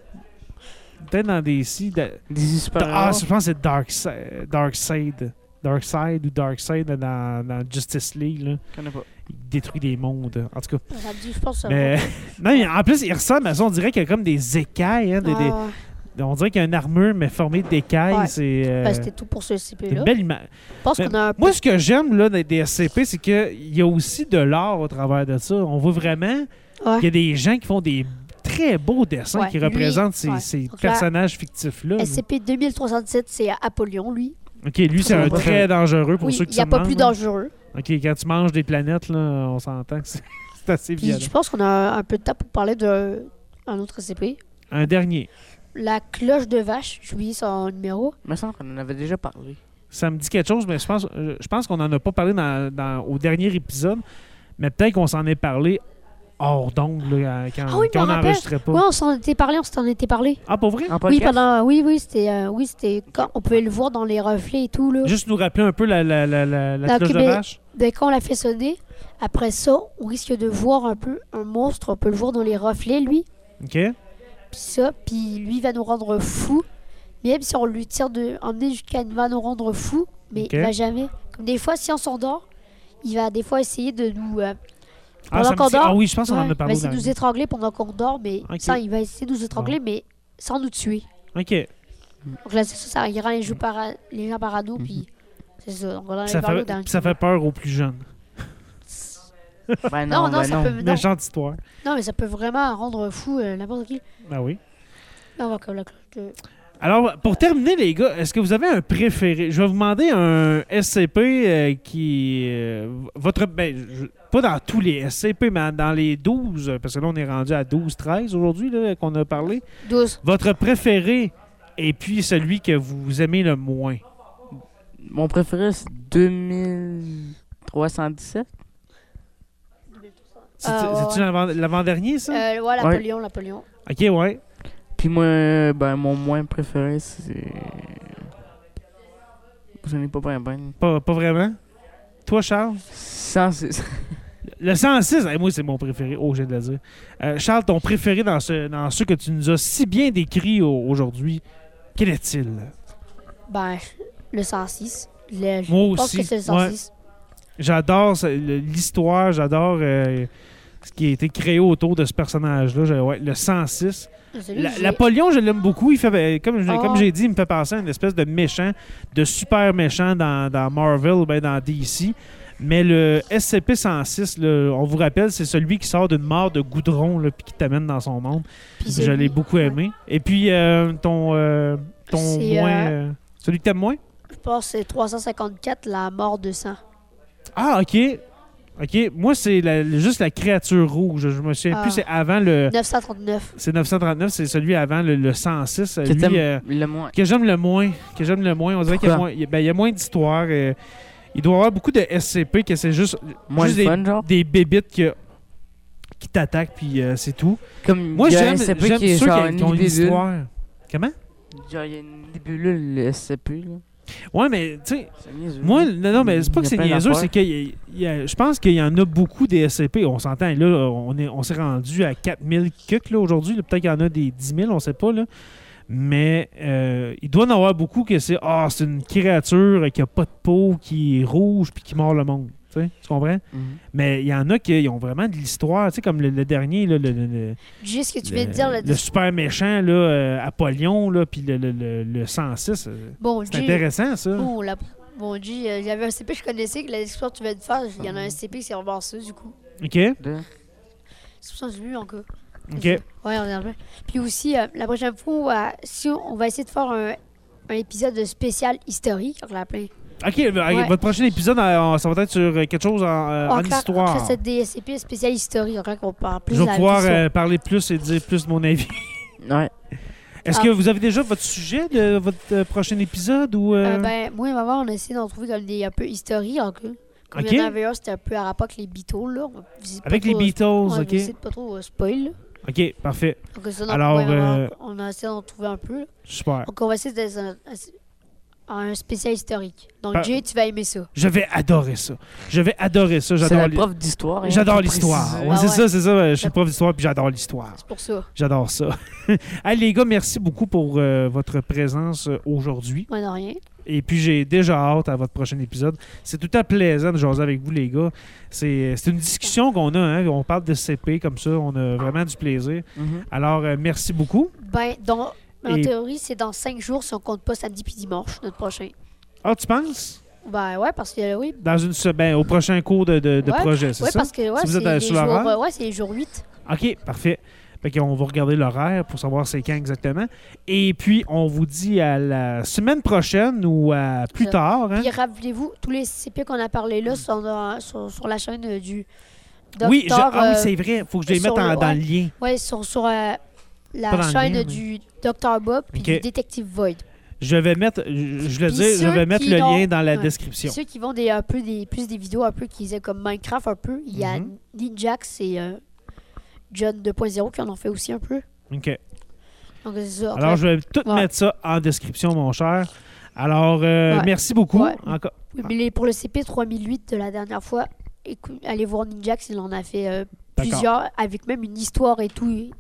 Speaker 1: Peut-être dans DC. da-
Speaker 2: Des super
Speaker 1: Ah, je pense que c'est Darkseid. Darkseid. Darkseid ou Darkseid dans, dans Justice League, là.
Speaker 2: Je connais pas.
Speaker 1: Il détruit des mondes. En tout cas,
Speaker 3: Ça me dit, je pense. euh, ça va.
Speaker 1: mais... non, mais en plus, il ressemble à ça. On dirait qu'il y a comme des écailles, hein, des- des,
Speaker 3: Ah,
Speaker 1: on dirait qu'il y a une armure, mais formée d'écailles.
Speaker 3: Ouais.
Speaker 1: C'est euh,
Speaker 3: ben, c'était tout pour ce
Speaker 1: c'est une
Speaker 3: SCP-là.
Speaker 1: belle image.
Speaker 3: Je pense
Speaker 1: Mais-
Speaker 3: qu'on a un peu.
Speaker 1: Ben, Moi, ce que j'aime là, des- des SCP, c'est qu'il y a aussi de l'art au travers de ça. On voit vraiment
Speaker 3: Ouais.
Speaker 1: qu'il y a des gens qui font des très beaux dessins
Speaker 3: Ouais,
Speaker 1: qui
Speaker 3: lui,
Speaker 1: représentent ces,
Speaker 3: ouais. Eh,
Speaker 1: ces
Speaker 3: Donc là,
Speaker 1: personnages fictifs-là. là.
Speaker 3: SCP 2317, c'est Apollyon, lui.
Speaker 1: OK, lui, c'est un
Speaker 2: Ouais.
Speaker 1: très dangereux pour
Speaker 3: oui,
Speaker 1: ceux qui
Speaker 3: il n'y a
Speaker 1: se
Speaker 3: pas
Speaker 1: demandent, hein,
Speaker 3: plus
Speaker 1: là.
Speaker 3: dangereux.
Speaker 1: OK, quand tu manges des planètes, là, on s'entend que c'est c'est assez
Speaker 3: Puis
Speaker 1: violent.
Speaker 3: je pense qu'on a un- un peu de temps pour parler d'un un autre SCP.
Speaker 1: Un dernier.
Speaker 3: La cloche de vache, j'ai oublié son numéro.
Speaker 2: Il me semble qu'on en avait déjà parlé.
Speaker 1: Ça me dit quelque chose, mais je pense, euh, je pense qu'on n'en a pas parlé dans- dans- au dernier épisode, mais peut-être qu'on s'en est parlé hors d'ongle là, quand,
Speaker 3: Ah oui,
Speaker 1: quand
Speaker 3: je
Speaker 1: on
Speaker 3: me rappelle.
Speaker 1: n'enregistrait pas.
Speaker 3: Ouais, on s'en était parlé, on s'en était parlé.
Speaker 1: Ah, pour vrai?
Speaker 2: En
Speaker 3: Oui,
Speaker 2: podcast?
Speaker 3: pendant, oui, oui, c'était, euh, oui, c'était quand on pouvait le voir dans les reflets et tout là.
Speaker 1: Juste nous rappeler un peu la, la, la, la, la
Speaker 3: La
Speaker 1: cloche de
Speaker 3: cubée.
Speaker 1: vache.
Speaker 3: Dès qu'on l'a fait sonner, après ça, on risque de voir un peu un monstre. On peut le voir dans les reflets, lui.
Speaker 1: OK? Ah,
Speaker 3: Puis ça, puis lui va nous rendre fous. Même si on lui tire de, emmener jusqu'à, il va nous rendre fous, mais
Speaker 1: Ok.
Speaker 3: il va jamais. Comme des fois, si on s'endort, il va des fois essayer de nous, euh,
Speaker 1: Ah,
Speaker 3: Pendant
Speaker 1: ça me
Speaker 3: qu'on
Speaker 1: dit-
Speaker 3: dort?
Speaker 1: ah oui, je pense qu'on
Speaker 3: ouais,
Speaker 1: en a
Speaker 3: il va
Speaker 1: parlé.
Speaker 3: essayer de nous
Speaker 1: dans-
Speaker 3: étrangler pendant qu'on dort, mais
Speaker 1: Ok.
Speaker 3: ça, il va essayer de nous étrangler, mais sans nous tuer.
Speaker 1: OK.
Speaker 3: Donc là, c'est ça, ça il rend les, jeux para... les gens parano, puis c'est ça. Donc, on en
Speaker 1: Puis Mm. Mm-hmm.
Speaker 3: avait
Speaker 1: Ça
Speaker 3: parlé
Speaker 1: fait,
Speaker 3: dans-
Speaker 1: puis ça fait peur aux plus jeunes.
Speaker 2: Ben
Speaker 3: Non, non,
Speaker 2: ben
Speaker 3: ça peut. Non.
Speaker 1: Méchante histoire.
Speaker 3: non, mais ça peut vraiment rendre fou euh, n'importe qui.
Speaker 1: Ah oui.
Speaker 3: Non, on va comme la cloche de-
Speaker 1: Alors, pour terminer, les gars, est-ce que vous avez un préféré? Je vais vous demander un SCP euh, qui... euh, votre, ben, je- pas dans tous les SCP, mais dans les 12, euh, parce que là, on est rendu à 12, 13 aujourd'hui là, qu'on a parlé.
Speaker 3: 12.
Speaker 1: Votre préféré et puis celui que vous aimez le moins.
Speaker 2: Mon préféré, c'est 2317.
Speaker 1: C'est-
Speaker 3: Ah, ouais,
Speaker 1: C'est-tu
Speaker 3: ouais.
Speaker 1: l'avant- l'avant-dernier, ça?
Speaker 3: Euh, ouais, Napoléon, Napoléon.
Speaker 1: OK, ouais.
Speaker 2: Puis moi, ben, mon moins préféré, c'est. J'en ai pas bien, ben.
Speaker 1: Pas, pas vraiment. Toi, Charles?
Speaker 2: Sans... c'est-
Speaker 1: Le 106, eh, moi, c'est mon préféré. Oh, j'ai de le dire. Euh, Charles, ton préféré dans, ce, dans ceux que tu nous as si bien décrit aujourd'hui, quel est-il?
Speaker 3: Ben, le 106. Le- Je
Speaker 1: Moi
Speaker 3: pense
Speaker 1: aussi.
Speaker 3: que c'est le
Speaker 1: ouais.
Speaker 3: 106.
Speaker 1: J'adore ce- le- l'histoire, j'adore euh, ce qui a été créé autour de ce personnage-là. Je- ouais, le 106.
Speaker 3: Celui que
Speaker 1: La-
Speaker 3: j'ai-
Speaker 1: Napoléon, je l'aime beaucoup. Il fait, euh, comme je-
Speaker 3: Ah.
Speaker 1: comme j'ai dit, il me fait penser à une espèce de méchant, de super méchant dans, dans Marvel ou bien dans DC. Mais le SCP-106, là, on vous rappelle, c'est celui qui sort d'une mort de goudron là, puis qui t'amène dans son monde.
Speaker 3: puis
Speaker 1: Je
Speaker 3: celui-
Speaker 1: l'ai beaucoup aimé. Et puis, euh, ton, euh, ton
Speaker 3: C'est,
Speaker 1: moins...
Speaker 3: euh,
Speaker 1: euh, celui que t'aimes moins?
Speaker 3: Je pense que c'est 354, la mort de sang.
Speaker 1: Ah, OK. OK. Moi, c'est la- juste la créature rouge. Je me souviens
Speaker 3: Ah.
Speaker 1: plus. C'est avant le...
Speaker 3: 939.
Speaker 1: C'est 939. C'est celui avant le, le 106.
Speaker 2: Que
Speaker 1: celui,
Speaker 2: t'aimes
Speaker 1: euh,
Speaker 2: le moins.
Speaker 1: que j'aime le moins. Que j'aime le moins. On dirait qu'il y a
Speaker 2: Pourquoi?
Speaker 1: moins, il y a- ben, il y a moins d'histoires. euh, il doit y avoir beaucoup de SCP que c'est juste
Speaker 2: Moins
Speaker 1: juste
Speaker 2: le fun, genre.
Speaker 1: des bébites que- qui t'attaquent, puis euh, c'est tout.
Speaker 2: Comme
Speaker 1: Moi,
Speaker 2: il y a un
Speaker 1: j'aime j'aime
Speaker 2: SCP
Speaker 1: ceux
Speaker 2: qui est
Speaker 1: qui,
Speaker 2: genre
Speaker 1: qui ont
Speaker 2: une
Speaker 1: une
Speaker 2: bidule. Genre,
Speaker 1: histoire. Comment?
Speaker 2: il y a une nébulule, le SCP, là.
Speaker 1: Ouais, mais tu sais,
Speaker 2: C'est niaiseux.
Speaker 1: moi, non, non, mais c'est pas
Speaker 2: Il y
Speaker 1: que
Speaker 2: a
Speaker 1: c'est
Speaker 2: plein
Speaker 1: niaiseux,
Speaker 2: d'affaires.
Speaker 1: c'est que je pense qu'il y en a beaucoup des SCP. On s'entend, là, on est- on s'est rendu à 4000 cucs là, aujourd'hui. là. Peut-être qu'il y en a des 10 000, on sait pas, là. Mais euh, il doit y en avoir beaucoup que c'est Ah, c'est une créature qui a pas de peau, qui est rouge, puis qui mord le monde. Tu sais, tu comprends?
Speaker 2: Mhm.
Speaker 1: Mais il y en a qui ont vraiment de l'histoire, tu sais, comme le, le dernier, là, le- le- le,
Speaker 3: Juste ce que tu viens de dire, le,
Speaker 1: le super méchant, là, euh, Apollyon, là, puis le, le- le- le 106. euh,
Speaker 3: Bon,
Speaker 1: C'est
Speaker 3: Dieu.
Speaker 1: intéressant, ça.
Speaker 3: Bon, la... bon Dieu, euh, il y avait un CP que je connaissais, que la description que tu viens de faire, il y en a un CP qui s'est reversé, du coup.
Speaker 1: OK?
Speaker 2: De-
Speaker 3: C'est pour ça que j'ai vu encore.
Speaker 1: OK.
Speaker 3: Ouais, on est en plein. Puis aussi, euh, la prochaine fois, euh, si on, on va essayer de faire un, un épisode spécial historique, on l'appelait.
Speaker 1: OK, euh,
Speaker 3: Ouais.
Speaker 1: votre prochain épisode, euh, ça va être sur euh, quelque chose en, euh, en
Speaker 3: On claque- On
Speaker 1: histoire.
Speaker 3: claque cette DSCP spécial historique, on claque, on parle plus
Speaker 1: Je
Speaker 3: de
Speaker 1: vais
Speaker 3: la
Speaker 1: pouvoir
Speaker 3: question.
Speaker 1: euh, parler plus et dire plus de mon avis.
Speaker 2: Ouais.
Speaker 1: Est-ce
Speaker 3: Ah.
Speaker 1: que vous avez déjà votre sujet de votre euh, prochain épisode ou... euh,
Speaker 3: Euh, ben, moi et maman, on a essayé d'en trouver comme des un peu historiques encore. Comme
Speaker 1: Ok.
Speaker 3: il y en avait un, c'était un peu à rapport avec les Beatles, là. On va- c'est pas
Speaker 1: Avec les
Speaker 3: trop-
Speaker 1: Beatles,
Speaker 3: on va
Speaker 1: OK?
Speaker 3: essayer de pas trop euh, spoil, là.
Speaker 1: OK, parfait.
Speaker 3: Donc, ça, on en
Speaker 1: Alors,
Speaker 3: trouvait vraiment-
Speaker 1: euh,
Speaker 3: on a essayé d'en trouver un peu. là.
Speaker 1: Super.
Speaker 3: Donc, on va essayer d'être un, un spécial historique. Donc,
Speaker 1: Par-
Speaker 3: Jay, tu vas aimer ça.
Speaker 1: Je vais adorer ça. Je vais adorer ça.
Speaker 2: C'est
Speaker 1: J'adore
Speaker 2: la
Speaker 1: l'hi-
Speaker 2: prof d'histoire. hein,
Speaker 1: J'adore
Speaker 2: faut
Speaker 1: l'histoire.
Speaker 2: préciser.
Speaker 1: Ouais, c'est
Speaker 3: Ah ouais.
Speaker 1: ça, c'est ça. Je suis prof d'histoire puis j'adore l'histoire.
Speaker 3: C'est pour ça.
Speaker 1: J'adore ça. Hey, les gars, merci beaucoup pour euh, votre présence euh, aujourd'hui.
Speaker 3: Moi, non, rien.
Speaker 1: Et puis, j'ai déjà hâte à votre prochain épisode. C'est tout à plaisant de jaser avec vous, les gars. C'est c'est une discussion qu'on a. hein. On parle de CP comme ça. On a vraiment du plaisir.
Speaker 2: Mhm.
Speaker 1: Alors, euh, merci beaucoup.
Speaker 3: Ben, dans, en
Speaker 1: Et-
Speaker 3: théorie, c'est dans 5 jours si on compte pas samedi puis dimanche, notre prochain.
Speaker 1: Ah, tu penses?
Speaker 3: Ben ouais, parce que oui.
Speaker 1: Dans une semaine, au prochain cours de, de- de
Speaker 3: Ouais,
Speaker 1: projet, c'est
Speaker 3: Ouais,
Speaker 1: ça?
Speaker 3: parce que ouais,
Speaker 1: Si vous
Speaker 3: c'est
Speaker 1: êtes, euh,
Speaker 3: les,
Speaker 1: sur
Speaker 3: jours,
Speaker 1: l'horaire?
Speaker 3: euh, ouais, c'est les jours 8.
Speaker 1: OK, parfait. Fait on va regarder l'horaire pour savoir c'est quand exactement. Et puis, on vous dit à la semaine prochaine ou à plus
Speaker 3: Ça.
Speaker 1: tard. hein.
Speaker 3: Puis rappelez-vous, tous les CP qu'on a parlé là sont dans- sur, sur la chaîne euh, du
Speaker 1: Oui, je-
Speaker 3: docteur,
Speaker 1: ah oui,
Speaker 3: euh,
Speaker 1: c'est vrai. faut que je les
Speaker 3: sur
Speaker 1: mette en-
Speaker 3: le-
Speaker 1: dans
Speaker 3: ouais.
Speaker 1: le lien.
Speaker 3: ouais, sur, sur euh,
Speaker 1: Pas
Speaker 3: la
Speaker 1: dans le
Speaker 3: chaîne
Speaker 1: lien, mais-
Speaker 3: du Dr Bob puis
Speaker 1: Ok.
Speaker 3: du Détective Void.
Speaker 1: Je vais mettre, je, je le
Speaker 3: Puis
Speaker 1: dis, je
Speaker 3: ceux
Speaker 1: vais mettre
Speaker 3: qui
Speaker 1: le
Speaker 3: n'ont-
Speaker 1: lien dans la
Speaker 3: ouais. Puis
Speaker 1: description.
Speaker 3: Ceux qui vont des, un peu des, plus des vidéos un peu qui faisaient comme Minecraft un peu, il y a
Speaker 1: Mhm.
Speaker 3: Ninjax et euh, John 2.0 qui en ont fait aussi un peu.
Speaker 1: OK.
Speaker 3: Donc c'est ça.
Speaker 1: Alors, je vais tout
Speaker 3: Ouais.
Speaker 1: mettre ça en description, mon cher. Alors, euh,
Speaker 3: Ouais.
Speaker 1: merci beaucoup.
Speaker 3: Ouais.
Speaker 1: Encore.
Speaker 3: Oui, mais les- pour le CP 3008 de la dernière fois, écou- allez voir Ninjax, il en a fait euh,
Speaker 1: D'accord.
Speaker 3: plusieurs, avec même une histoire et tout.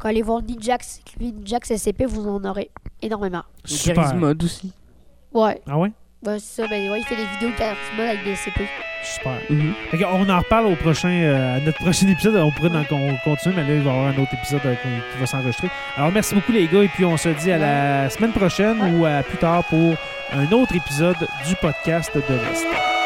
Speaker 3: Quand allez voir Ninjax, écrivez Ninjax SCP, vous en aurez énormément.
Speaker 2: Et
Speaker 1: Super.
Speaker 2: Charisma Mode aussi.
Speaker 3: Ouais,
Speaker 1: Ah ouais?
Speaker 3: bah, c'est ça, ben, ouais, il fait des vidéos charisma avec des CP.
Speaker 1: Super.
Speaker 2: Mhm.
Speaker 1: on en reparle au prochain, euh, à notre prochain épisode. On pourrait en con- continuer, mais là, il va y avoir un autre épisode euh, qui, qui va s'enregistrer. Alors, merci beaucoup, les gars. Et puis, on se dit à la semaine prochaine ou à plus tard pour un autre épisode du podcast de l'Est.